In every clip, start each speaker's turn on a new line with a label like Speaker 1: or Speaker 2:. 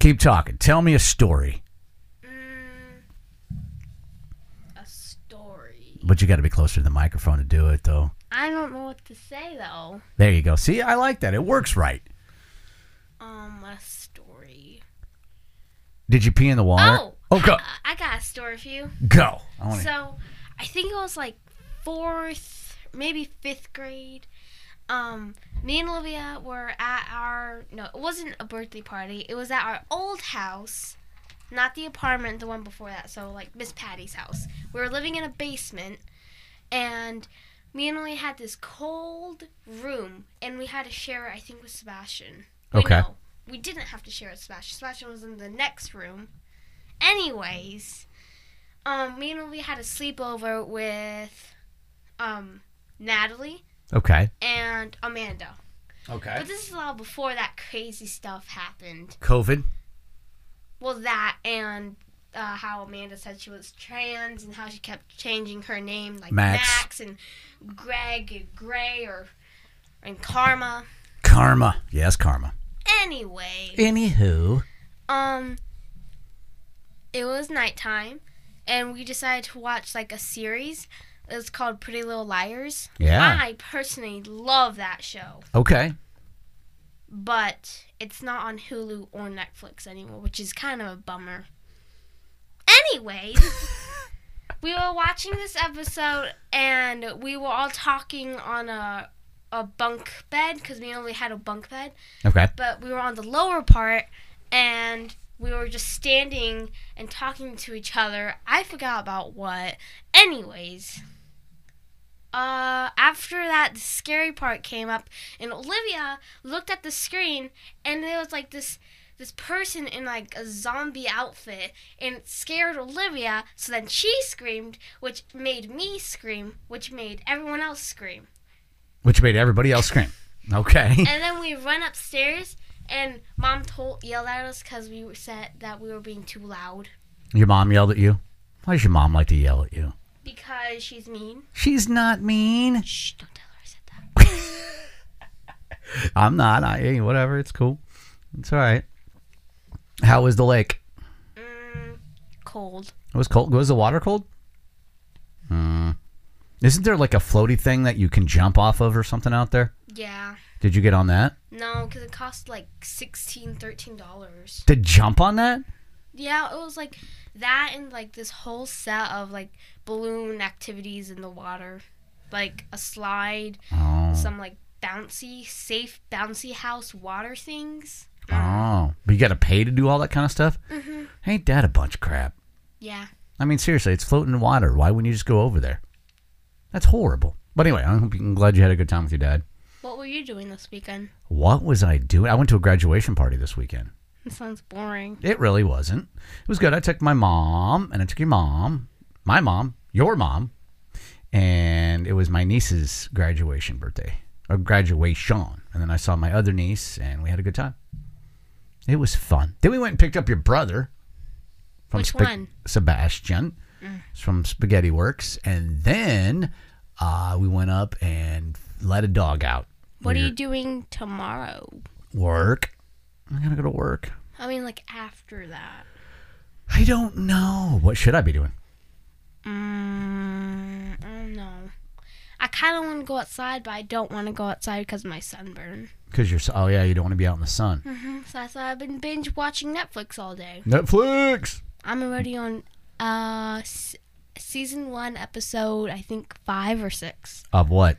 Speaker 1: Keep talking. Tell me a story,
Speaker 2: Mm, A story.
Speaker 1: but you got to be closer to the microphone to do it, though.
Speaker 2: I don't know what to say though.
Speaker 1: There you go. See, I like that. It works right.
Speaker 2: Um, a story.
Speaker 1: Did you pee in the water?
Speaker 2: Oh,
Speaker 1: go,
Speaker 2: I, I got a story for you.
Speaker 1: go. I want to.
Speaker 2: So, I think it was like fourth, maybe fifth grade. Um, me and Olivia were at our no, it wasn't a birthday party. It was at our old house, not the apartment, the one before that. So like Miss Patty's house. We were living in a basement, and me and Olivia had this cold room, and we had to share it. I think with Sebastian. Wait,
Speaker 1: Okay.
Speaker 2: no, we didn't have to share it with Sebastian. Sebastian was in the next room. Anyways, um, me and Olivia had a sleepover with, um, Natalie
Speaker 1: okay.
Speaker 2: and Amanda.
Speaker 1: Okay.
Speaker 2: But this is all before that crazy stuff happened.
Speaker 1: COVID.
Speaker 2: Well, that and uh, how Amanda said she was trans and how she kept changing her name, like
Speaker 1: Max.
Speaker 2: Max, and Greg and Gray or and Karma.
Speaker 1: Karma. Yes, karma.
Speaker 2: Anyway,
Speaker 1: Anywho.
Speaker 2: um, it was nighttime, and we decided to watch like a series. It was called Pretty Little Liars.
Speaker 1: Yeah.
Speaker 2: I personally love that show.
Speaker 1: Okay.
Speaker 2: but it's not on Hulu or Netflix anymore, which is kind of a bummer. Anyways, we were watching this episode and we were all talking on a a bunk bed because we only had a bunk bed,
Speaker 1: Okay.
Speaker 2: but we were on the lower part and we were just standing and talking to each other. I forgot about what. Anyways, uh, after that, the scary part came up, and Olivia looked at the screen, and there was like this this person in like a zombie outfit, and it scared Olivia. So then she screamed, which made me scream, which made everyone else scream.
Speaker 1: Which made everybody else scream. Okay.
Speaker 2: And then we run upstairs, and mom told yelled at us because we were said that we were being too loud
Speaker 1: Your mom yelled at you. Why does your mom like to yell at you?
Speaker 2: because she's mean.
Speaker 1: She's not mean.
Speaker 2: Shh! Don't tell her I said that.
Speaker 1: I'm not. I hey, whatever. It's cool. It's all right. How was the lake?
Speaker 2: Mm, cold.
Speaker 1: It was cold. Was the water cold? Hmm. Isn't there like a floaty thing that you can jump off of or something out there?
Speaker 2: Yeah.
Speaker 1: Did you get on that?
Speaker 2: No, because it cost like sixteen, thirteen dollars.
Speaker 1: To jump on that?
Speaker 2: Yeah, it was like that and like this whole set of like balloon activities in the water, like a slide,
Speaker 1: Oh.
Speaker 2: some like bouncy, safe bouncy house water things.
Speaker 1: Oh. But you got to pay to do all that kind of stuff? Mm-hmm. Ain't that a bunch of crap?
Speaker 2: Yeah.
Speaker 1: I mean, seriously, it's floating in water. Why wouldn't you just go over there? That's horrible. But anyway, I hope you- I'm glad you had a good time with your dad.
Speaker 2: What were you doing this weekend?
Speaker 1: What was I doing? I went to a graduation party this weekend.
Speaker 2: It sounds boring.
Speaker 1: It really wasn't. It was good. I took my mom and I took your mom, my mom, your mom, and it was my niece's graduation birthday or graduation. And then I saw my other niece and we had a good time. It was fun. Then we went and picked up your brother from
Speaker 2: Which
Speaker 1: Spa-
Speaker 2: one? Mm.
Speaker 1: Sebastian It's from Spaghetti Works. And then uh, we went up and let a dog out.
Speaker 2: What are
Speaker 1: We're-
Speaker 2: you doing tomorrow?
Speaker 1: Work. I gotta go to work.
Speaker 2: I mean, like after that.
Speaker 1: I don't know. What should I be doing?
Speaker 2: Mm, I don't know. I kind of want to go outside, but I don't want to go outside because of my sunburn.
Speaker 1: Because you're so, oh yeah, you don't want to be out in the sun.
Speaker 2: Mhm, So that's why I've been binge watching Netflix all day.
Speaker 1: Netflix.
Speaker 2: I'm already on uh s- season one episode I think five or six.
Speaker 1: Of what?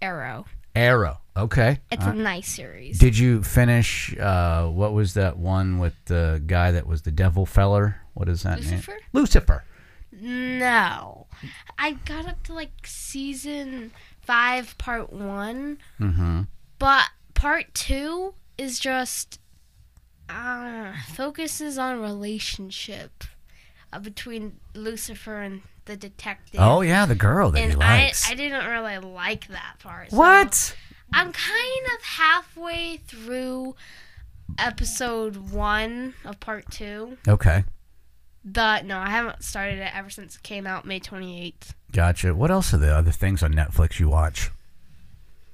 Speaker 2: Arrow.
Speaker 1: Arrow. Okay.
Speaker 2: It's
Speaker 1: Uh,
Speaker 2: a nice series.
Speaker 1: did you finish? Uh, what was that one with the guy that was the devil feller? What is that
Speaker 2: Lucifer?
Speaker 1: name? Lucifer.
Speaker 2: No, I got up to like season five, part one,
Speaker 1: Mm-hmm.
Speaker 2: but part two is just uh, focuses on relationship uh, between Lucifer and the detective.
Speaker 1: Oh yeah, the girl that he
Speaker 2: And I,
Speaker 1: likes.
Speaker 2: I didn't really like that part. so-
Speaker 1: what?
Speaker 2: I'm kind of halfway through episode one of part two.
Speaker 1: Okay.
Speaker 2: The no, I haven't started it ever since it came out May 28th.
Speaker 1: Gotcha. What else are the other things on Netflix you watch?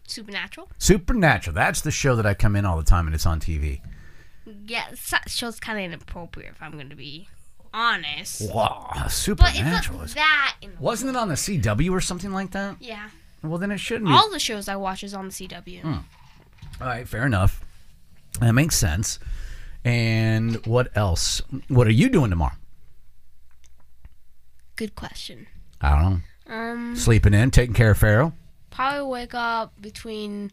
Speaker 2: Supernatural.
Speaker 1: Supernatural. That's the show that I come in all the time, and it's on TV.
Speaker 2: Yeah, that show's kind of inappropriate if I'm going to be honest.
Speaker 1: Wow,
Speaker 2: But it's
Speaker 1: supernatural.
Speaker 2: not
Speaker 1: is-
Speaker 2: that. In-
Speaker 1: Wasn't it on the CW or something like that?
Speaker 2: yeah.
Speaker 1: Well, then it shouldn't be.
Speaker 2: All the shows I watch is on the CW.
Speaker 1: Hmm. All right, fair enough. That makes sense. And what else? What are you doing tomorrow?
Speaker 2: Good question.
Speaker 1: I don't know.
Speaker 2: Um,
Speaker 1: Sleeping in, taking care of Pharaoh.
Speaker 2: probably wake up between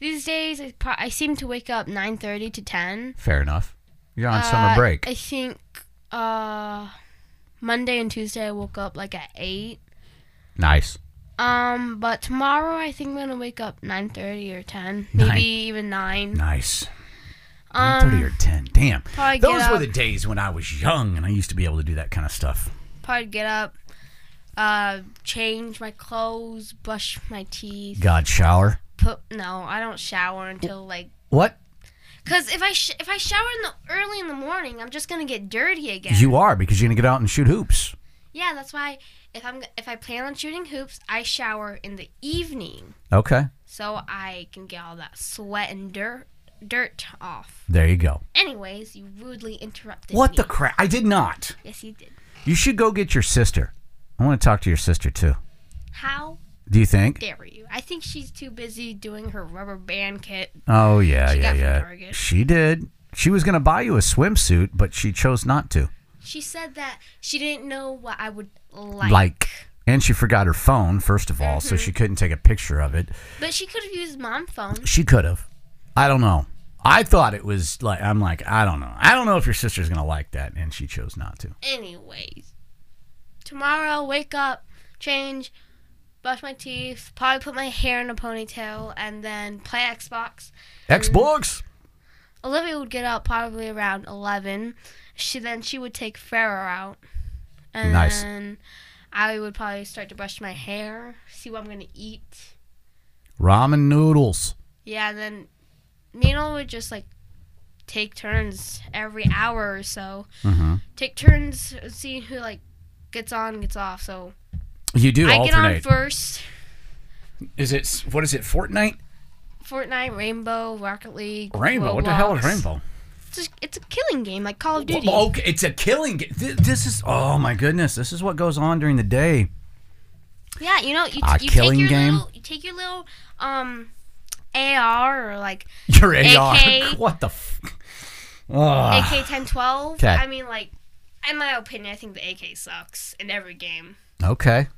Speaker 2: these days. I, pro- I seem to wake up nine thirty to ten.
Speaker 1: Fair enough. You're on summer break.
Speaker 2: I think uh, Monday and Tuesday I woke up like at eight.
Speaker 1: nice.
Speaker 2: Um, but tomorrow I think I'm gonna wake up nine thirty or ten,
Speaker 1: Nine.
Speaker 2: maybe even nine.
Speaker 1: Nice.
Speaker 2: Um,
Speaker 1: 30 or 10. Damn.
Speaker 2: probably get
Speaker 1: Those were
Speaker 2: up.
Speaker 1: the days when I was young and I used to be able to do that kind of stuff.
Speaker 2: probably get up, uh, change my clothes, brush my teeth.
Speaker 1: God shower.
Speaker 2: Put no, I don't shower until like.
Speaker 1: What?
Speaker 2: Cause if I sh- if I shower in the early in the morning, I'm just gonna get dirty again.
Speaker 1: You are because you're going to get out and shoot hoops.
Speaker 2: Yeah, that's why if I'm if I plan on shooting hoops, I shower in the evening
Speaker 1: Okay.
Speaker 2: so I can get all that sweat and dirt dirt off.
Speaker 1: There you go.
Speaker 2: Anyways, you rudely interrupted
Speaker 1: What
Speaker 2: me.
Speaker 1: the crap? I did not.
Speaker 2: Yes, you did.
Speaker 1: You should go get your sister. I want to talk to your sister too.
Speaker 2: How
Speaker 1: Do you think?
Speaker 2: dare you? I think she's too busy doing her rubber band kit.
Speaker 1: Oh yeah,
Speaker 2: She
Speaker 1: yeah,
Speaker 2: got from
Speaker 1: yeah.
Speaker 2: Target.
Speaker 1: She did. She was going to buy you a swimsuit, but she chose not to.
Speaker 2: She said that she didn't know what I would like. Mm-hmm.
Speaker 1: Like, and she forgot her phone first of all, so she couldn't take a picture of it.
Speaker 2: But she could have used mom phone.
Speaker 1: She could have. I don't know. I thought it was like I'm like I don't know. I don't know if your sister's going to like that, and she chose not to.
Speaker 2: Anyways, tomorrow wake up, change, brush my teeth, probably put my hair in a ponytail, and then play Xbox.
Speaker 1: Xbox.
Speaker 2: Olivia would get up probably around eleven. She then she would take Farrah out, and
Speaker 1: Nice.
Speaker 2: then I would probably start to brush my hair, see what I'm gonna eat. Mm-hmm.
Speaker 1: Ramen noodles.
Speaker 2: Yeah, and then me and Ola would just like take turns every hour or so.
Speaker 1: Mhm.
Speaker 2: Take turns seeing who like gets on, and gets off. So
Speaker 1: You do
Speaker 2: I get on
Speaker 1: alternate.
Speaker 2: first.
Speaker 1: is it what is it? Fortnite,
Speaker 2: Fortnite, Rainbow, Rocket League,
Speaker 1: Rainbow. What the hell is
Speaker 2: Roblox.
Speaker 1: Rainbow? Oh,
Speaker 2: It's, just- it's a killing game like Call of Duty.
Speaker 1: Well, okay, it's a killing. Ga- Th- this is oh my goodness. This is what goes on during the day.
Speaker 2: Yeah, you know you,
Speaker 1: A
Speaker 2: you
Speaker 1: killing
Speaker 2: take your
Speaker 1: game?
Speaker 2: little you take your little um AR or like
Speaker 1: Your AR.
Speaker 2: AK.
Speaker 1: What the? F- Ugh.
Speaker 2: AK-1012.
Speaker 1: 'Kay.
Speaker 2: I mean like in my opinion, I think the AK sucks in every game.
Speaker 1: Okay,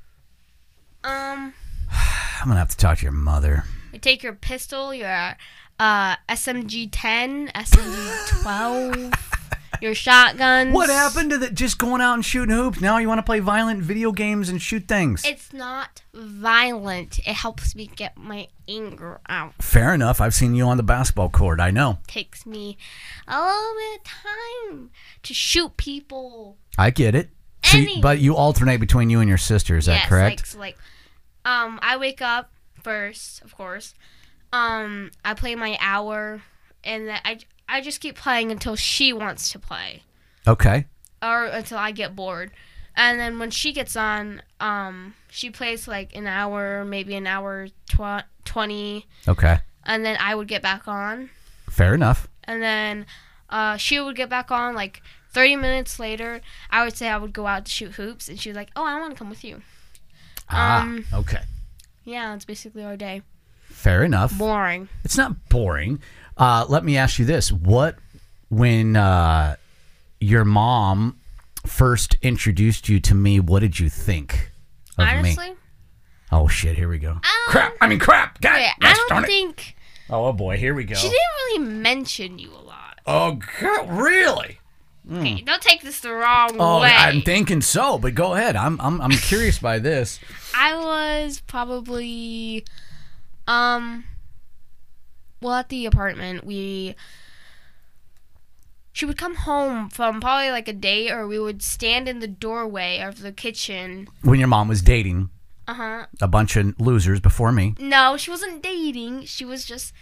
Speaker 2: Um,
Speaker 1: I'm gonna have to talk to your mother.
Speaker 2: you take your pistol, your uh SMG-10, SMG-12, your shotguns.
Speaker 1: What happened to the just going out and shooting hoops? Now you want to play violent video games and shoot things?
Speaker 2: It's not violent. It helps me get my anger out.
Speaker 1: Fair enough. I've seen you on the basketball court. I know.
Speaker 2: takes me a little bit of time to shoot people.
Speaker 1: I get it. So you-
Speaker 2: Any-
Speaker 1: but you alternate between you and your sister. Is that
Speaker 2: yes,
Speaker 1: correct?
Speaker 2: like so like um I wake up first, of course. Um I play my hour and then I I just keep playing until she wants to play
Speaker 1: okay.
Speaker 2: or until I get bored. And then when she gets on, um she plays like an hour, maybe an hour tw- 20
Speaker 1: Okay.
Speaker 2: and then I would get back on.
Speaker 1: Fair enough.
Speaker 2: and then uh, she would get back on like 30 minutes later i would say i would go out to shoot hoops and she was like oh i want to come with you Um,
Speaker 1: ah. Okay.
Speaker 2: yeah that's basically our day
Speaker 1: Fair enough.
Speaker 2: boring
Speaker 1: It's not boring. Uh, let me ask you this: What when uh, your mom first introduced you to me? What did you think of me?
Speaker 2: honestly
Speaker 1: Oh shit! Here we go. crap! I mean crap! God,
Speaker 2: yeah, i
Speaker 1: gosh
Speaker 2: don't
Speaker 1: darn it.
Speaker 2: think
Speaker 1: Oh boy, here we go.
Speaker 2: she didn't really mention you a lot
Speaker 1: oh God, really?
Speaker 2: okay don't take this the wrong
Speaker 1: Oh,
Speaker 2: way
Speaker 1: I'm thinking so. But go ahead. I'm I'm I'm curious by this.
Speaker 2: i was probably um well at the apartment we she would come home from probably like a day or we would stand in the doorway of the kitchen
Speaker 1: When your mom was dating
Speaker 2: uh-huh
Speaker 1: a bunch of losers before me,
Speaker 2: no she wasn't dating she was just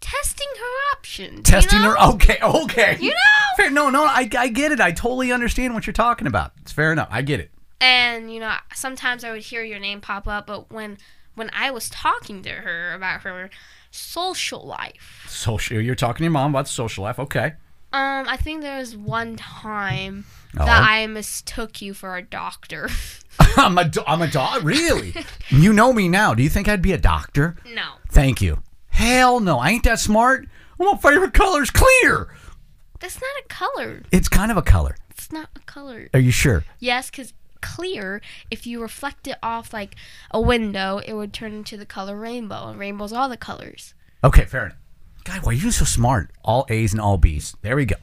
Speaker 2: testing her options
Speaker 1: testing
Speaker 2: you know?
Speaker 1: her. Okay, okay.
Speaker 2: you know
Speaker 1: Fair. No, no. I I get it. I totally understand what you're talking about. It's fair enough. I get it.
Speaker 2: and you know sometimes i would hear your name pop up but when when i was talking to her about her social life.
Speaker 1: Social. You're talking to your mom about social life. Okay.
Speaker 2: Um, I think there was one time
Speaker 1: Oh.
Speaker 2: that I mistook you for a doctor.
Speaker 1: I'm a do- I'm a dog. Really? you know me now. Do you think I'd be a doctor?
Speaker 2: no.
Speaker 1: Thank you. Hell no. I ain't that smart. Well, my favorite color's clear.
Speaker 2: That's not a color.
Speaker 1: It's kind of a color.
Speaker 2: It's not a color.
Speaker 1: Are you sure?
Speaker 2: Yes, because clear, if you reflect it off like a window, it would turn into the color rainbow. And rainbow's all the colors.
Speaker 1: Okay, fair enough. God, why are you so smart? All A's and all B's. There we go.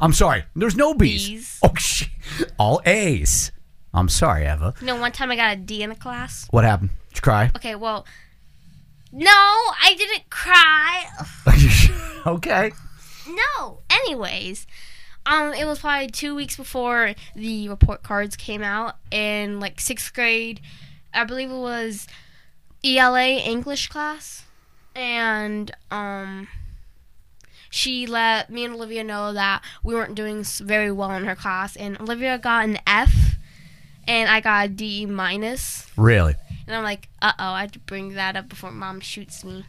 Speaker 1: I'm sorry. There's no B's.
Speaker 2: B's.
Speaker 1: Oh shit. All A's. I'm sorry, Eva.
Speaker 2: You know, one time I got a D in a class.
Speaker 1: What happened? Did you cry?
Speaker 2: Okay, well, no, I didn't cry. Ugh,
Speaker 1: okay.
Speaker 2: No. Anyways, um, it was probably two weeks before the report cards came out in like sixth grade. I believe it was ELA English class, and um, she let me and Olivia know that we weren't doing s- very well in her class, and Olivia got an F, and I got a D minus,
Speaker 1: Really?
Speaker 2: and I'm like, uh oh, I have to bring that up before mom shoots me.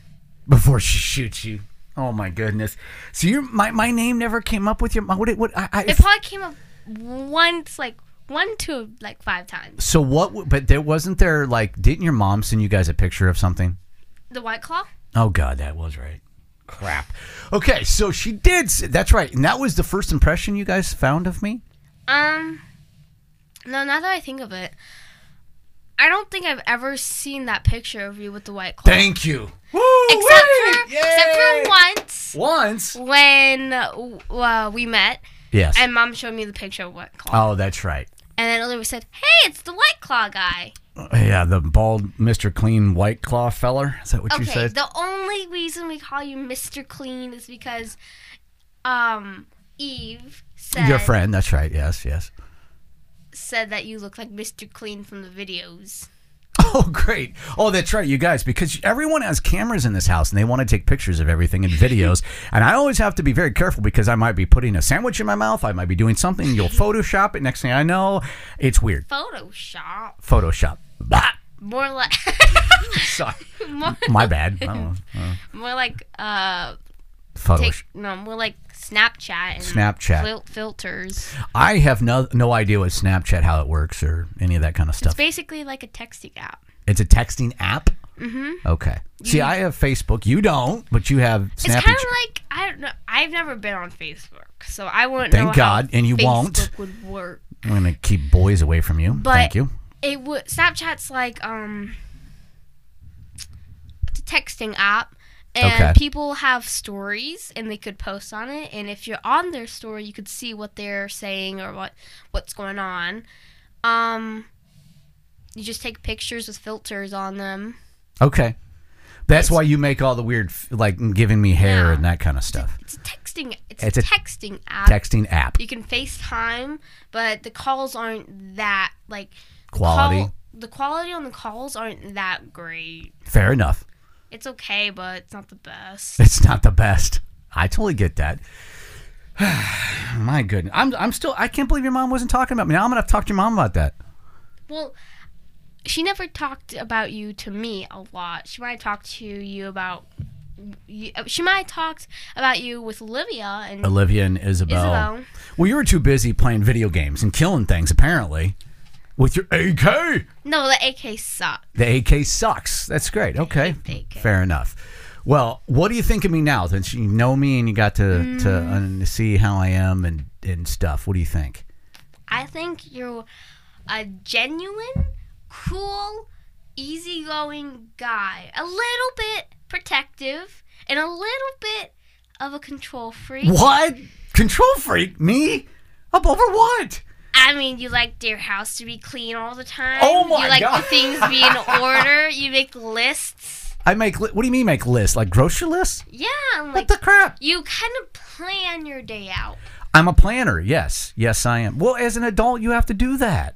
Speaker 1: Before she shoots you. Oh my goodness. So your my, my name never came up with your what it what I, I
Speaker 2: It probably came up once, like one to like five times.
Speaker 1: So what w- but there wasn't there like didn't your mom send you guys a picture of something?
Speaker 2: The White Claw?
Speaker 1: Oh god, that was right. Crap. Okay, so she did s- that's right. And that was the first impression you guys found of me?
Speaker 2: Um, no, now that I think of it, I don't think I've ever seen that picture of you with the White Claw.
Speaker 1: Thank you. Woo!
Speaker 2: except, for,
Speaker 1: Yay!
Speaker 2: except for once
Speaker 1: once.
Speaker 2: when uh, w- uh, we met
Speaker 1: Yes.
Speaker 2: and mom showed me the picture of White Claw.
Speaker 1: oh, that's right.
Speaker 2: And then Olivia said, hey, it's the White Claw guy.
Speaker 1: Yeah, the bald Mr. Clean White Claw feller. Is that what you
Speaker 2: Okay,
Speaker 1: said?
Speaker 2: the only reason we call you Mr. Clean is because um, Eve said,
Speaker 1: Your friend. That's right. Yes, yes.
Speaker 2: said that you look like Mr. Clean from the videos.
Speaker 1: Oh, great. Oh, that's right, you guys, because everyone has cameras in this house and they want to take pictures of everything and videos. and I always have to be very careful because I might be putting a sandwich in my mouth. I might be doing something. You'll Photoshop it. Next thing I know, it's weird.
Speaker 2: Photoshop.
Speaker 1: Photoshop. Bah!
Speaker 2: More like
Speaker 1: Sorry.
Speaker 2: more,
Speaker 1: My bad. I don't know. Uh,
Speaker 2: more like uh
Speaker 1: Photoshop.
Speaker 2: take, no more like Snapchat and
Speaker 1: Snapchat.
Speaker 2: fil- filters.
Speaker 1: I have no no idea what Snapchat, how it works, or any of that kind of
Speaker 2: It's
Speaker 1: stuff.
Speaker 2: basically like a texting app.
Speaker 1: It's a texting app. Mm-hmm. Okay. See, I have Facebook. You don't, but you have
Speaker 2: It's
Speaker 1: Snapchat.
Speaker 2: kind of like I don't know. I've never been on Facebook, so I wouldn't.
Speaker 1: Thank
Speaker 2: know
Speaker 1: God,
Speaker 2: how
Speaker 1: and you
Speaker 2: Facebook
Speaker 1: won't.
Speaker 2: Would work,
Speaker 1: I'm gonna keep boys away from you.
Speaker 2: but
Speaker 1: Thank you.
Speaker 2: It would. Snapchat's like um, it's a texting app. And
Speaker 1: Okay.
Speaker 2: people have stories, and they could post on it. And if you're on their story, you could see what they're saying or what what's going on. Um, you just take pictures with filters on them.
Speaker 1: Okay. That's why you make all the weird, f- like giving me hair
Speaker 2: Yeah.
Speaker 1: and that kind of stuff.
Speaker 2: It's a texting. It's,
Speaker 1: It's
Speaker 2: a,
Speaker 1: a
Speaker 2: texting app.
Speaker 1: Texting app
Speaker 2: you can FaceTime, but the calls aren't that like the
Speaker 1: quality.
Speaker 2: call- the quality on the calls aren't that great.
Speaker 1: Fair enough.
Speaker 2: It's okay, but it's not the best.
Speaker 1: It's not the best. I totally get that. My goodness, I'm I'm still I can't believe your mom wasn't talking about me. Now I'm gonna have to talk to your mom about that.
Speaker 2: Well, she never talked about you to me a lot. She might have talked to you about. You, she might have talked about you with Olivia and
Speaker 1: Olivia and Isabel.
Speaker 2: Isabel.
Speaker 1: Well, you were too busy playing video games and killing things apparently. With your AK,
Speaker 2: No, the AK sucked.
Speaker 1: the AK sucks. That's great. Okay,
Speaker 2: hate the AK.
Speaker 1: fair enough. Well, what do you think of me now? Since you know me and you got to to
Speaker 2: Mm.
Speaker 1: uh, see how I am and and stuff, what do you think?
Speaker 2: I think you're a genuine, cool, easygoing guy. A little bit protective and a little bit of a control freak.
Speaker 1: What? Control freak? Me? Up over what?
Speaker 2: I mean, you like your house to be clean all the time.
Speaker 1: Oh my
Speaker 2: You like
Speaker 1: God.
Speaker 2: the things be in order. You make lists.
Speaker 1: I make. Li- what do you mean make lists? Like grocery lists?
Speaker 2: Yeah, I'm
Speaker 1: What
Speaker 2: like
Speaker 1: the crap?
Speaker 2: you kind of plan your day out.
Speaker 1: I'm a planner. Yes, yes, I am. Well, as an adult, you have to do that.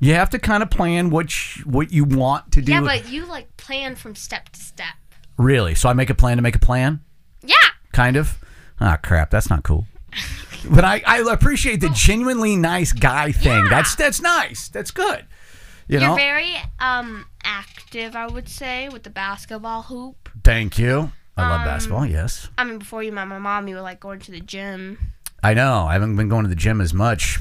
Speaker 1: You have to kind of plan what sh- what you want to do.
Speaker 2: Yeah, but you like plan from step to step.
Speaker 1: really, so I make a plan to make a plan,
Speaker 2: Yeah.
Speaker 1: kind of. Ah, crap, that's not cool. but I, I appreciate the genuinely nice guy thing. That's that's nice. That's good. You
Speaker 2: You're
Speaker 1: know.
Speaker 2: very um active, I would say, with the basketball hoop.
Speaker 1: Thank you. I love
Speaker 2: Um,
Speaker 1: basketball. Yes,
Speaker 2: I mean, before you met my mom, you were like going to the gym.
Speaker 1: I know. I haven't been going to the gym as much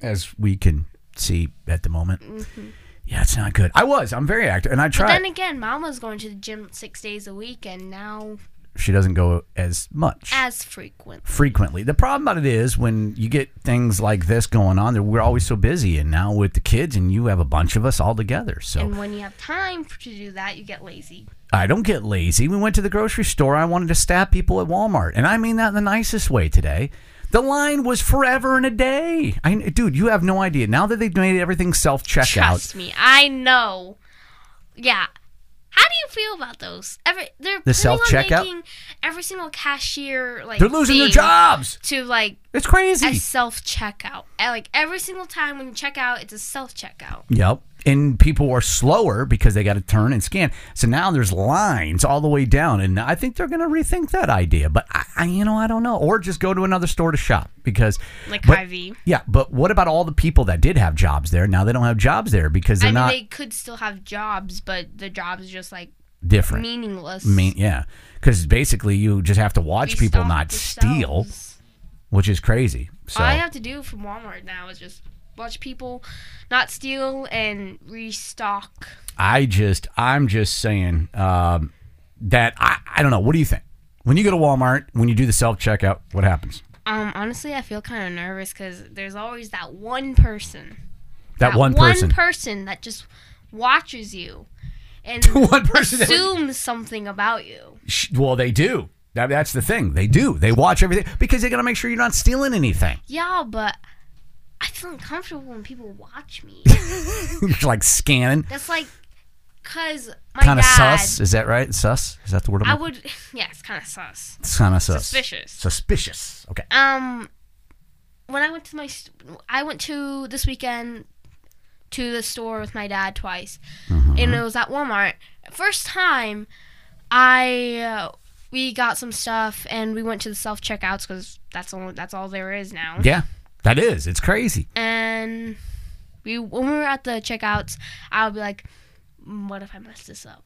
Speaker 1: as we can see at the moment. Yeah, it's not good. I was. I'm very active, and I
Speaker 2: Mm-hmm. But
Speaker 1: try.
Speaker 2: then again, mom was going to the gym six days a week, and now
Speaker 1: she doesn't go as much.
Speaker 2: as frequent.
Speaker 1: frequently. The problem about it is when you get things like this going on, that we're always so busy. And now with the kids, and you have a bunch of us all together. So
Speaker 2: And when you have time for- to do that, you get lazy.
Speaker 1: I don't get lazy. We went to the grocery store. I wanted to stab people at Walmart. And I mean that in the nicest way today. The line was forever and a day. I, dude, you have no idea. Now that they've made everything self checkout,
Speaker 2: Trust me, I know. Yeah. How do you feel about those? Every they're planning on
Speaker 1: self-checkout?
Speaker 2: making every single cashier like
Speaker 1: they're losing their
Speaker 2: thing
Speaker 1: jobs.
Speaker 2: to like
Speaker 1: It's crazy.
Speaker 2: a self checkout. Like every single time when you check out, it's a self checkout.
Speaker 1: Yep. And people are slower because they got to turn and scan. So now there's lines all the way down, and I think they're going to rethink that idea. But I, I, you know, I don't know. Or just go to another store to shop because,
Speaker 2: Like
Speaker 1: But-
Speaker 2: Ivy.
Speaker 1: yeah. But what about all the people that did have jobs there? Now they don't have jobs there because
Speaker 2: I
Speaker 1: they're
Speaker 2: mean,
Speaker 1: not
Speaker 2: they could still have jobs, but the jobs just like
Speaker 1: different.
Speaker 2: meaningless.
Speaker 1: mean, yeah, because basically you just have to watch
Speaker 2: They
Speaker 1: people
Speaker 2: stock
Speaker 1: not steal,
Speaker 2: themselves.
Speaker 1: which is crazy. So
Speaker 2: All I have to do from Walmart now is just watch people not steal and restock.
Speaker 1: I just, I'm just saying um, that I, I don't know. What do you think? When you go to Walmart, when you do the self checkout, what happens?
Speaker 2: Um, honestly, I feel kind of nervous because there's always that one person.
Speaker 1: That, one person.
Speaker 2: that just watches you and
Speaker 1: one person. that-
Speaker 2: assumes something about you.
Speaker 1: Sh- well, they do. That, that's the thing. They do. They watch everything because they got to make sure you're not stealing anything.
Speaker 2: Yeah, but I feel uncomfortable when people watch me.
Speaker 1: you're like scanning.
Speaker 2: That's like, cause Oh my
Speaker 1: Kind of
Speaker 2: dad.
Speaker 1: sus. Is that right? Sus? Is that the word?
Speaker 2: I
Speaker 1: I'm
Speaker 2: would. Yeah, it's kind of sus.
Speaker 1: It's kind of sus.
Speaker 2: Suspicious.
Speaker 1: Suspicious. Okay.
Speaker 2: Um, when I went to my, st- I went to this weekend to the store with my dad twice,
Speaker 1: Mm-hmm.
Speaker 2: and it was at Walmart. First time, I uh, we got some stuff and we went to the self checkouts because that's all that's all there is now.
Speaker 1: Yeah. That is. It's crazy.
Speaker 2: And we when we were at the checkouts, I would be like, "Mm, "What if I mess this up?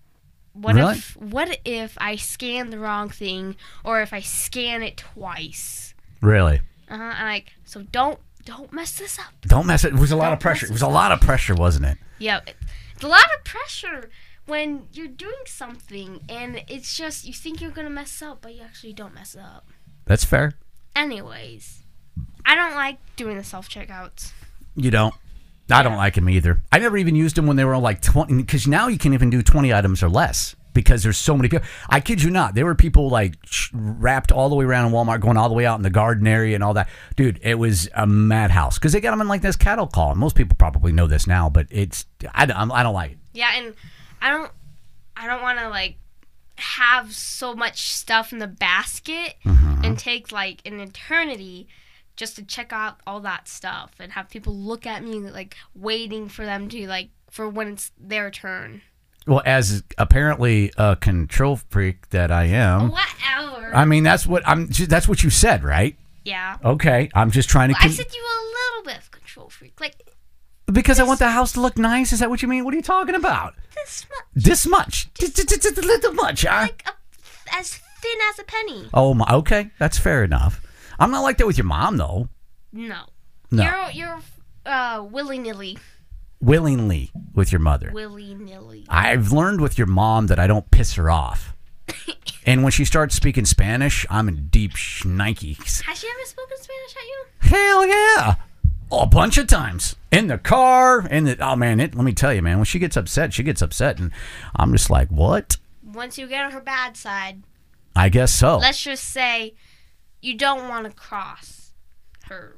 Speaker 2: What
Speaker 1: Really?
Speaker 2: if what if I scan the wrong thing, or if I scan it twice?"
Speaker 1: Really.
Speaker 2: Uh-huh. And like, so don't don't mess this up.
Speaker 1: Don't mess it. It was a lot of
Speaker 2: Don't
Speaker 1: pressure.
Speaker 2: mess
Speaker 1: It was a lot of pressure, wasn't it?
Speaker 2: Yeah, it- it's a lot of pressure when you're doing something, and it's just you think you're gonna mess up, but you actually don't mess up.
Speaker 1: That's fair.
Speaker 2: Anyways, I don't like doing the self checkouts.
Speaker 1: You don't. I don't like them either. I never even used them when they were like 20, because now you can even do 20 items or less because there's so many people. I kid you not. There were people like sh- wrapped all the way around in Walmart, going all the way out in the garden area and all that. Dude, it was a madhouse because they got them in like this cattle call. Most people probably know this now, but it's, I, don't- I'm- I don't like it.
Speaker 2: Yeah, and I don't I don't want to like have so much stuff in the basket and take like an eternity just to check out all that stuff and have people look at me like waiting for them to like for when it's their turn.
Speaker 1: Well, as apparently a control freak that I am,
Speaker 2: Whatever.
Speaker 1: I mean, that's what I'm, that's what you said, right?
Speaker 2: yeah.
Speaker 1: Okay. I'm just trying to,
Speaker 2: I
Speaker 1: con-
Speaker 2: said you were a little bit of control freak. Like
Speaker 1: because I want the house to look nice. Is that what you mean? What are you talking about?
Speaker 2: this much
Speaker 1: This much. Just a little much. huh?
Speaker 2: like a, as thin as a penny.
Speaker 1: Oh my okay, that's fair enough. I'm not like that with your mom though.
Speaker 2: No.
Speaker 1: No.
Speaker 2: You're you're uh willy-nilly.
Speaker 1: Willingly with your mother.
Speaker 2: Willy-nilly.
Speaker 1: I've learned with your mom that I don't piss her off. and when she starts speaking Spanish, I'm in deep shnikes.
Speaker 2: Has she ever spoken Spanish at you?
Speaker 1: Hell yeah. A bunch of times. In the car, in the oh man, it, let me tell you, man, when she gets upset, she gets upset and I'm just like, What?
Speaker 2: once you get on her bad side,
Speaker 1: I guess so.
Speaker 2: let's just say you don't want to cross her.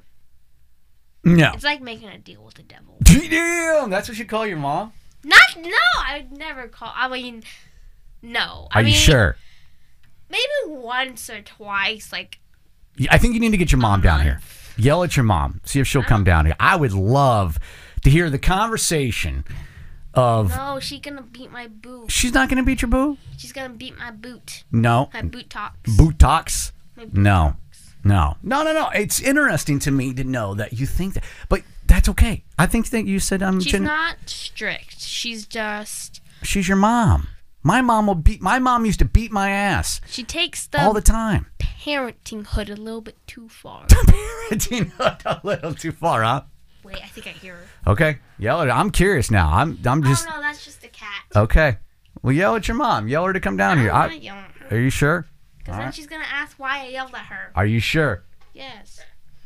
Speaker 1: No.
Speaker 2: It's like making a deal with the devil.
Speaker 1: Damn, that's what you call your mom?
Speaker 2: Not no, I would never call. I mean, no. I
Speaker 1: Are
Speaker 2: mean,
Speaker 1: you sure?
Speaker 2: Maybe once or twice. Like
Speaker 1: Yeah, I think you need to get your mom down here. Yell at your mom. See if she'll come down here. I would love to hear the conversation of
Speaker 2: no, she gonna beat my boot.
Speaker 1: she's not going to beat your boo.
Speaker 2: She's gonna beat my boot.
Speaker 1: No.
Speaker 2: My boot talks.
Speaker 1: Bootox.
Speaker 2: My boot
Speaker 1: No.
Speaker 2: talks.
Speaker 1: No. No, no, no. It's interesting to me to know that you think that, but that's okay. I think that you said um, I'm.
Speaker 2: She's
Speaker 1: gen-
Speaker 2: not strict. She's just
Speaker 1: she's your mom. My mom will beat. My mom used to beat my ass
Speaker 2: She takes the,
Speaker 1: all the time.
Speaker 2: parenting hood a little bit too far.
Speaker 1: Parenting a little too far, huh?
Speaker 2: Wait, I think I hear her.
Speaker 1: Okay, yell at. I'm curious now. I'm. I'm just.
Speaker 2: oh no, that's just a cat. Oh,
Speaker 1: Okay. Well, yell at your mom. Yell her to come down here.
Speaker 2: I'm
Speaker 1: I,
Speaker 2: not yelling at her.
Speaker 1: are you sure?
Speaker 2: Because then she's gonna ask why I yelled at her.
Speaker 1: Are you sure?
Speaker 2: Yes.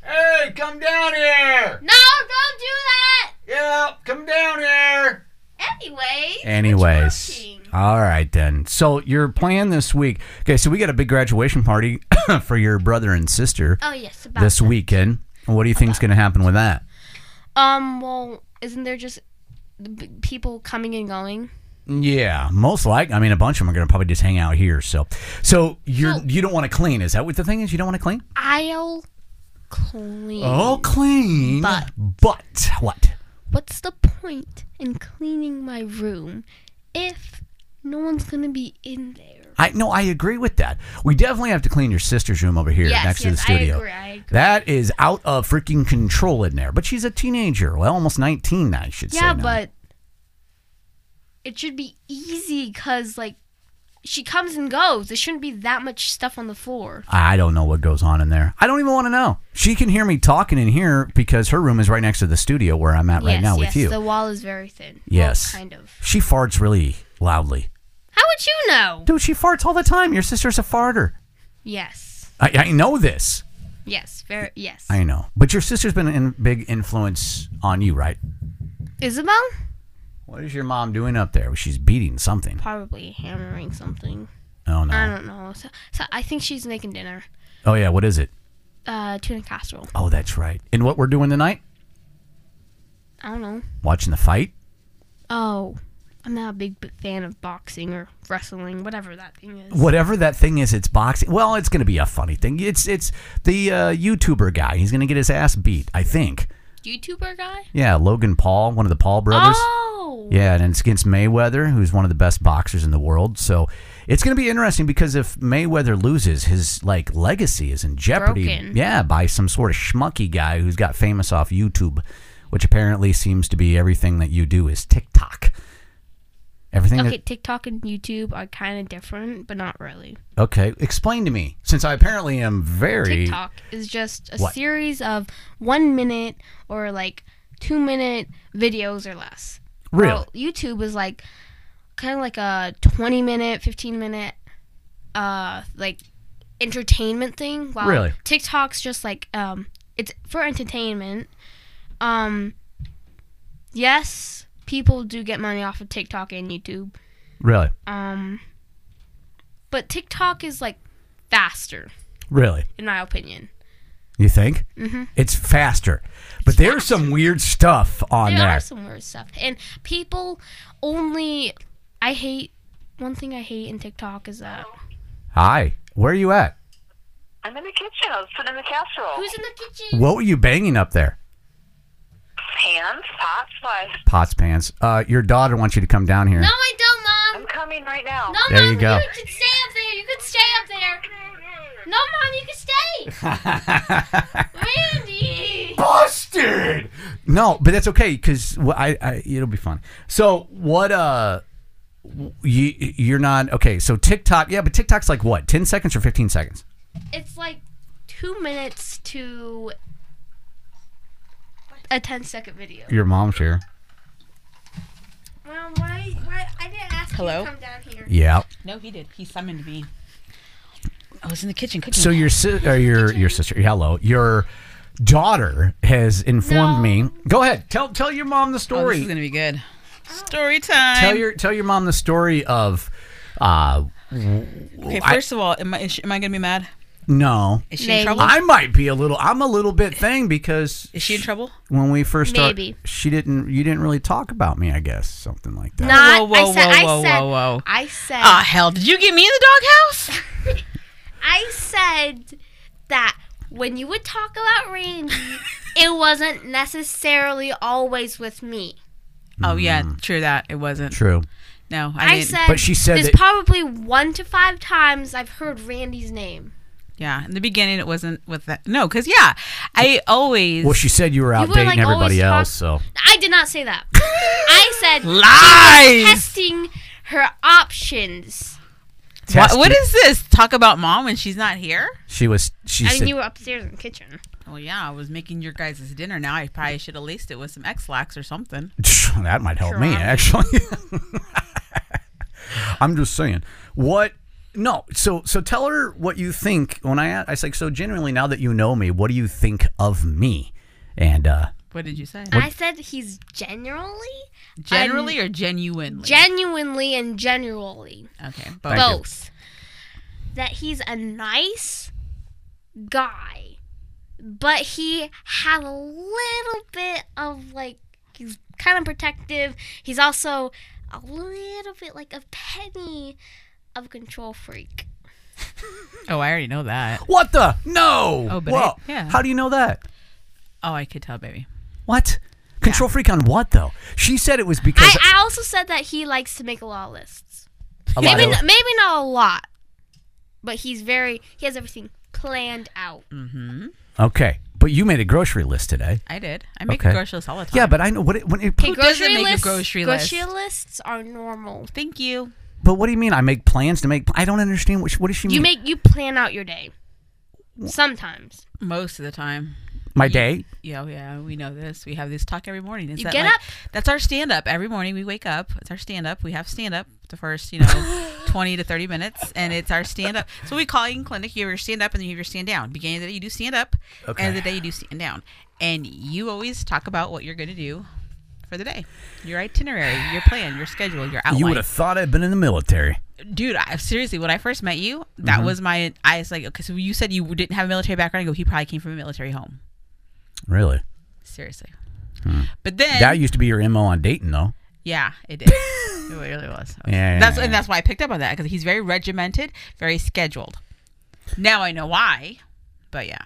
Speaker 1: Hey, come down here!
Speaker 2: No, don't do
Speaker 1: Yeah, come down here.
Speaker 2: that. Anyways. we're
Speaker 1: Anyways,
Speaker 2: talking.
Speaker 1: all right then. So your plan this week? Okay, so we got a big graduation party for your brother and sister
Speaker 2: Oh yes, about
Speaker 1: this weekend. What do you think's going to happen with that?
Speaker 2: Um. Well, isn't there just the b- people coming and going?
Speaker 1: Yeah, most likely. I mean, a bunch of them are going to probably just hang out here. So, so you're
Speaker 2: Well-
Speaker 1: you don't want to clean? Is that what the thing is? You don't want to clean?
Speaker 2: I'll clean.
Speaker 1: Oh, clean.
Speaker 2: But-
Speaker 1: but what?
Speaker 2: What's the point in cleaning my room if no one's gonna be in there?
Speaker 1: I no, I agree with that. We definitely have to clean your sister's room over here
Speaker 2: Yes,
Speaker 1: next to the
Speaker 2: yes, I
Speaker 1: studio.
Speaker 2: agree, I agree.
Speaker 1: That is out of freaking control in there. But she's a teenager, well, almost nineteen now, I should say.
Speaker 2: Yeah,
Speaker 1: now.
Speaker 2: but it should be easy because like she comes and goes. There shouldn't be that much stuff on the floor.
Speaker 1: I don't know what goes on in there. I don't even want to know. She can hear me talking in here because her room is right next to the studio where I'm at right now with you.
Speaker 2: The wall is very thin. Well,
Speaker 1: Yes.
Speaker 2: kind of.
Speaker 1: she farts really loudly.
Speaker 2: How would you know?
Speaker 1: Dude, she farts all the time. Your sister's a farter.
Speaker 2: Yes.
Speaker 1: I, I know this.
Speaker 2: Yes. Very. Yes.
Speaker 1: I know. But your sister's been a big influence on you, right?
Speaker 2: Isabel
Speaker 1: What is your mom doing up there? She's beating something.
Speaker 2: probably hammering something.
Speaker 1: Oh no.
Speaker 2: I don't know. So, so I think she's making dinner.
Speaker 1: Oh yeah, what is it?
Speaker 2: Uh, tuna casserole.
Speaker 1: Oh, that's right. And what we're doing tonight?
Speaker 2: I don't know.
Speaker 1: Watching the fight.
Speaker 2: Oh, I'm not a big b- fan of boxing or wrestling, whatever that thing is.
Speaker 1: Whatever that thing is, it's boxing. Well, it's going to be a funny thing. It's it's the uh, YouTuber guy. He's going to get his ass beat, I think.
Speaker 2: YouTuber guy?
Speaker 1: Yeah, Logan Paul, one of the Paul brothers.
Speaker 2: Oh.
Speaker 1: Yeah, and it's against Mayweather, who's one of the best boxers in the world. So it's going to be interesting because if Mayweather loses, his like legacy is in jeopardy.
Speaker 2: Broken.
Speaker 1: Yeah, by some sort of schmucky guy who's got famous off YouTube, which apparently seems to be everything that you do is TikTok. Everything.
Speaker 2: Okay, TikTok and YouTube are kind of different, but not really.
Speaker 1: That, okay. Explain to me, since I apparently am very.
Speaker 2: TikTok is just a
Speaker 1: What?
Speaker 2: series of one minute or like two minute videos or less.
Speaker 1: Really?
Speaker 2: While YouTube is like kind of like a 20 minute, 15 minute, uh, like entertainment thing. While
Speaker 1: Really?
Speaker 2: TikTok's just like, um, it's for entertainment. Um, yes, people do get money off of TikTok and YouTube.
Speaker 1: Really.
Speaker 2: Um, but TikTok is like faster,
Speaker 1: Really.
Speaker 2: in my opinion.
Speaker 1: You think? Mm-hmm. It's faster, but there's some weird stuff on
Speaker 2: There
Speaker 1: there.
Speaker 2: are some weird stuff, and people only. I hate one thing. I hate in TikTok is that
Speaker 1: Hi. Where are you at?
Speaker 3: I'm in the kitchen. I was putting in the casserole.
Speaker 2: who's in the kitchen.
Speaker 1: What were you banging up there?
Speaker 3: Hands, pots, why?
Speaker 1: pots pants. Uh, your daughter wants you to come down here.
Speaker 2: No, I don't,
Speaker 3: I'm
Speaker 2: mom.
Speaker 3: coming right now.
Speaker 2: No,
Speaker 1: There
Speaker 2: mom.
Speaker 1: you go.
Speaker 2: can stay up there. You can stay up there. No, mom. You can stay. Randy.
Speaker 1: Busted. No, but that's okay because I, I it'll be fun. So what? Uh, w- you you're not okay. So TikTok, yeah, but TikTok's like what? Ten seconds or fifteen seconds?
Speaker 2: It's like two minutes to a 10 second video.
Speaker 1: Your mom's here.
Speaker 2: Mom, why? Why? I didn't ask
Speaker 4: Hello?
Speaker 2: you to come down here.
Speaker 1: Yeah.
Speaker 4: No, he did. He summoned me. I was in the kitchen cooking. Oh,
Speaker 1: So your si- or your your sister. Hello, your daughter has informed
Speaker 2: No.
Speaker 1: me. Go ahead. Tell tell your mom the
Speaker 4: oh, this
Speaker 1: story.
Speaker 4: is gonna be good. Story time.
Speaker 1: tell your tell your mom the story of. Uh,
Speaker 4: okay,
Speaker 1: I-
Speaker 4: first of all, am I is she, am I gonna be mad?
Speaker 1: no.
Speaker 4: Is she
Speaker 2: Maybe.
Speaker 4: in trouble?
Speaker 1: I might be a little. I'm a little bit thing because
Speaker 4: is she in trouble?
Speaker 1: when we first started,
Speaker 2: Maybe.
Speaker 1: she didn't. You didn't really talk about me. I guess something like that.
Speaker 2: Not.
Speaker 4: whoa,
Speaker 2: I
Speaker 4: whoa,
Speaker 2: said.
Speaker 4: whoa,
Speaker 2: I
Speaker 4: whoa,
Speaker 2: said.
Speaker 4: whoa, whoa.
Speaker 2: I said.
Speaker 4: Ah, hell! Did you get me in the doghouse?
Speaker 2: I said that when you would talk about Randy, it wasn't necessarily always with me.
Speaker 4: oh yeah, true that. It wasn't.
Speaker 1: True.
Speaker 4: No, I,
Speaker 2: I,
Speaker 4: didn't.
Speaker 2: said.
Speaker 1: But she said
Speaker 2: there's
Speaker 1: that-
Speaker 2: probably one to five times I've heard Randy's name.
Speaker 4: yeah, in the beginning it wasn't with that. No, because yeah, I always.
Speaker 1: Well, she said you were out
Speaker 2: were,
Speaker 1: dating
Speaker 2: like,
Speaker 1: everybody
Speaker 2: always
Speaker 1: else. So
Speaker 2: I did not say that. I said
Speaker 4: lies.
Speaker 2: testing her options.
Speaker 4: What,
Speaker 1: Test
Speaker 4: what
Speaker 1: it.
Speaker 4: is this? Talk about mom when she's not here?
Speaker 1: She was. She
Speaker 2: I mean,
Speaker 1: said.
Speaker 2: you were upstairs in the kitchen.
Speaker 4: Oh yeah, I was making your guys' dinner. Now I probably should have laced it with some X-Lax or something.
Speaker 1: that might help me
Speaker 4: Sure.
Speaker 1: actually. I'm just saying. What? No. So so tell her what you think. When I a- I was like so genuinely now that you know me, what do you think of me? And uh
Speaker 4: What did you say?
Speaker 2: I said he's generally,
Speaker 4: Generally or genuinely?
Speaker 2: genuinely, and generally
Speaker 4: okay.
Speaker 1: Thank you.
Speaker 2: both. That he's a nice guy, but he had a little bit of like he's kind of protective. He's also a little bit like a penny of a control freak.
Speaker 4: Oh, I already know that.
Speaker 1: what the no?
Speaker 4: Oh, but
Speaker 1: Whoa.
Speaker 4: I- yeah.
Speaker 1: How do you know that?
Speaker 4: Oh, I could tell, baby.
Speaker 1: What? Control freak on what though? She said it was because
Speaker 2: I, I also said that he likes to make a lot of lists.
Speaker 1: a lot
Speaker 2: Maybe
Speaker 1: of-
Speaker 2: not, maybe not a lot, but he's very he has everything planned out.
Speaker 1: Mm. Okay, but you made a grocery list today.
Speaker 4: I did. I make
Speaker 1: Okay.
Speaker 4: a grocery list all the time.
Speaker 1: Yeah, but I know what. It, when it,
Speaker 2: Okay,
Speaker 4: Who doesn't make a grocery list?
Speaker 2: Grocery lists are normal.
Speaker 4: Thank you.
Speaker 1: but what do you mean? I make plans to make. I don't understand. What, she- what does she
Speaker 2: You
Speaker 1: mean?
Speaker 2: make you plan out your day. Sometimes
Speaker 4: Most of the time.
Speaker 1: my day.
Speaker 4: Yeah, oh, yeah, we know this. We have this talk every morning. Is
Speaker 2: You
Speaker 4: that
Speaker 2: get
Speaker 4: like-
Speaker 2: up-
Speaker 4: That's our stand up. Every morning we wake up. It's our stand up. We have stand up the first, you know, 20 to 30 minutes, and it's our stand up. So we call it in clinic. You have your stand up and then you have your stand down. Beginning of the day, you do stand up.
Speaker 1: Okay.
Speaker 4: End of the day, you do stand down. And you always talk about what you're going to do for the day your itinerary, your plan, your schedule, your outline
Speaker 1: You would have thought I'd been in the military.
Speaker 4: dude, I, seriously, when I first met you, that
Speaker 1: Mm-hmm.
Speaker 4: was my. I was like, okay, so you said you didn't have a military background. I go, he probably came from a military home.
Speaker 1: Really?
Speaker 4: Seriously. But then,
Speaker 1: Hmm. That used to be your mo on Dayton, though.
Speaker 4: yeah, it did. it really was.
Speaker 1: Yeah,
Speaker 4: that's
Speaker 1: yeah,
Speaker 4: and that's why I picked up on that because he's very regimented, very scheduled. Now I know why. But yeah,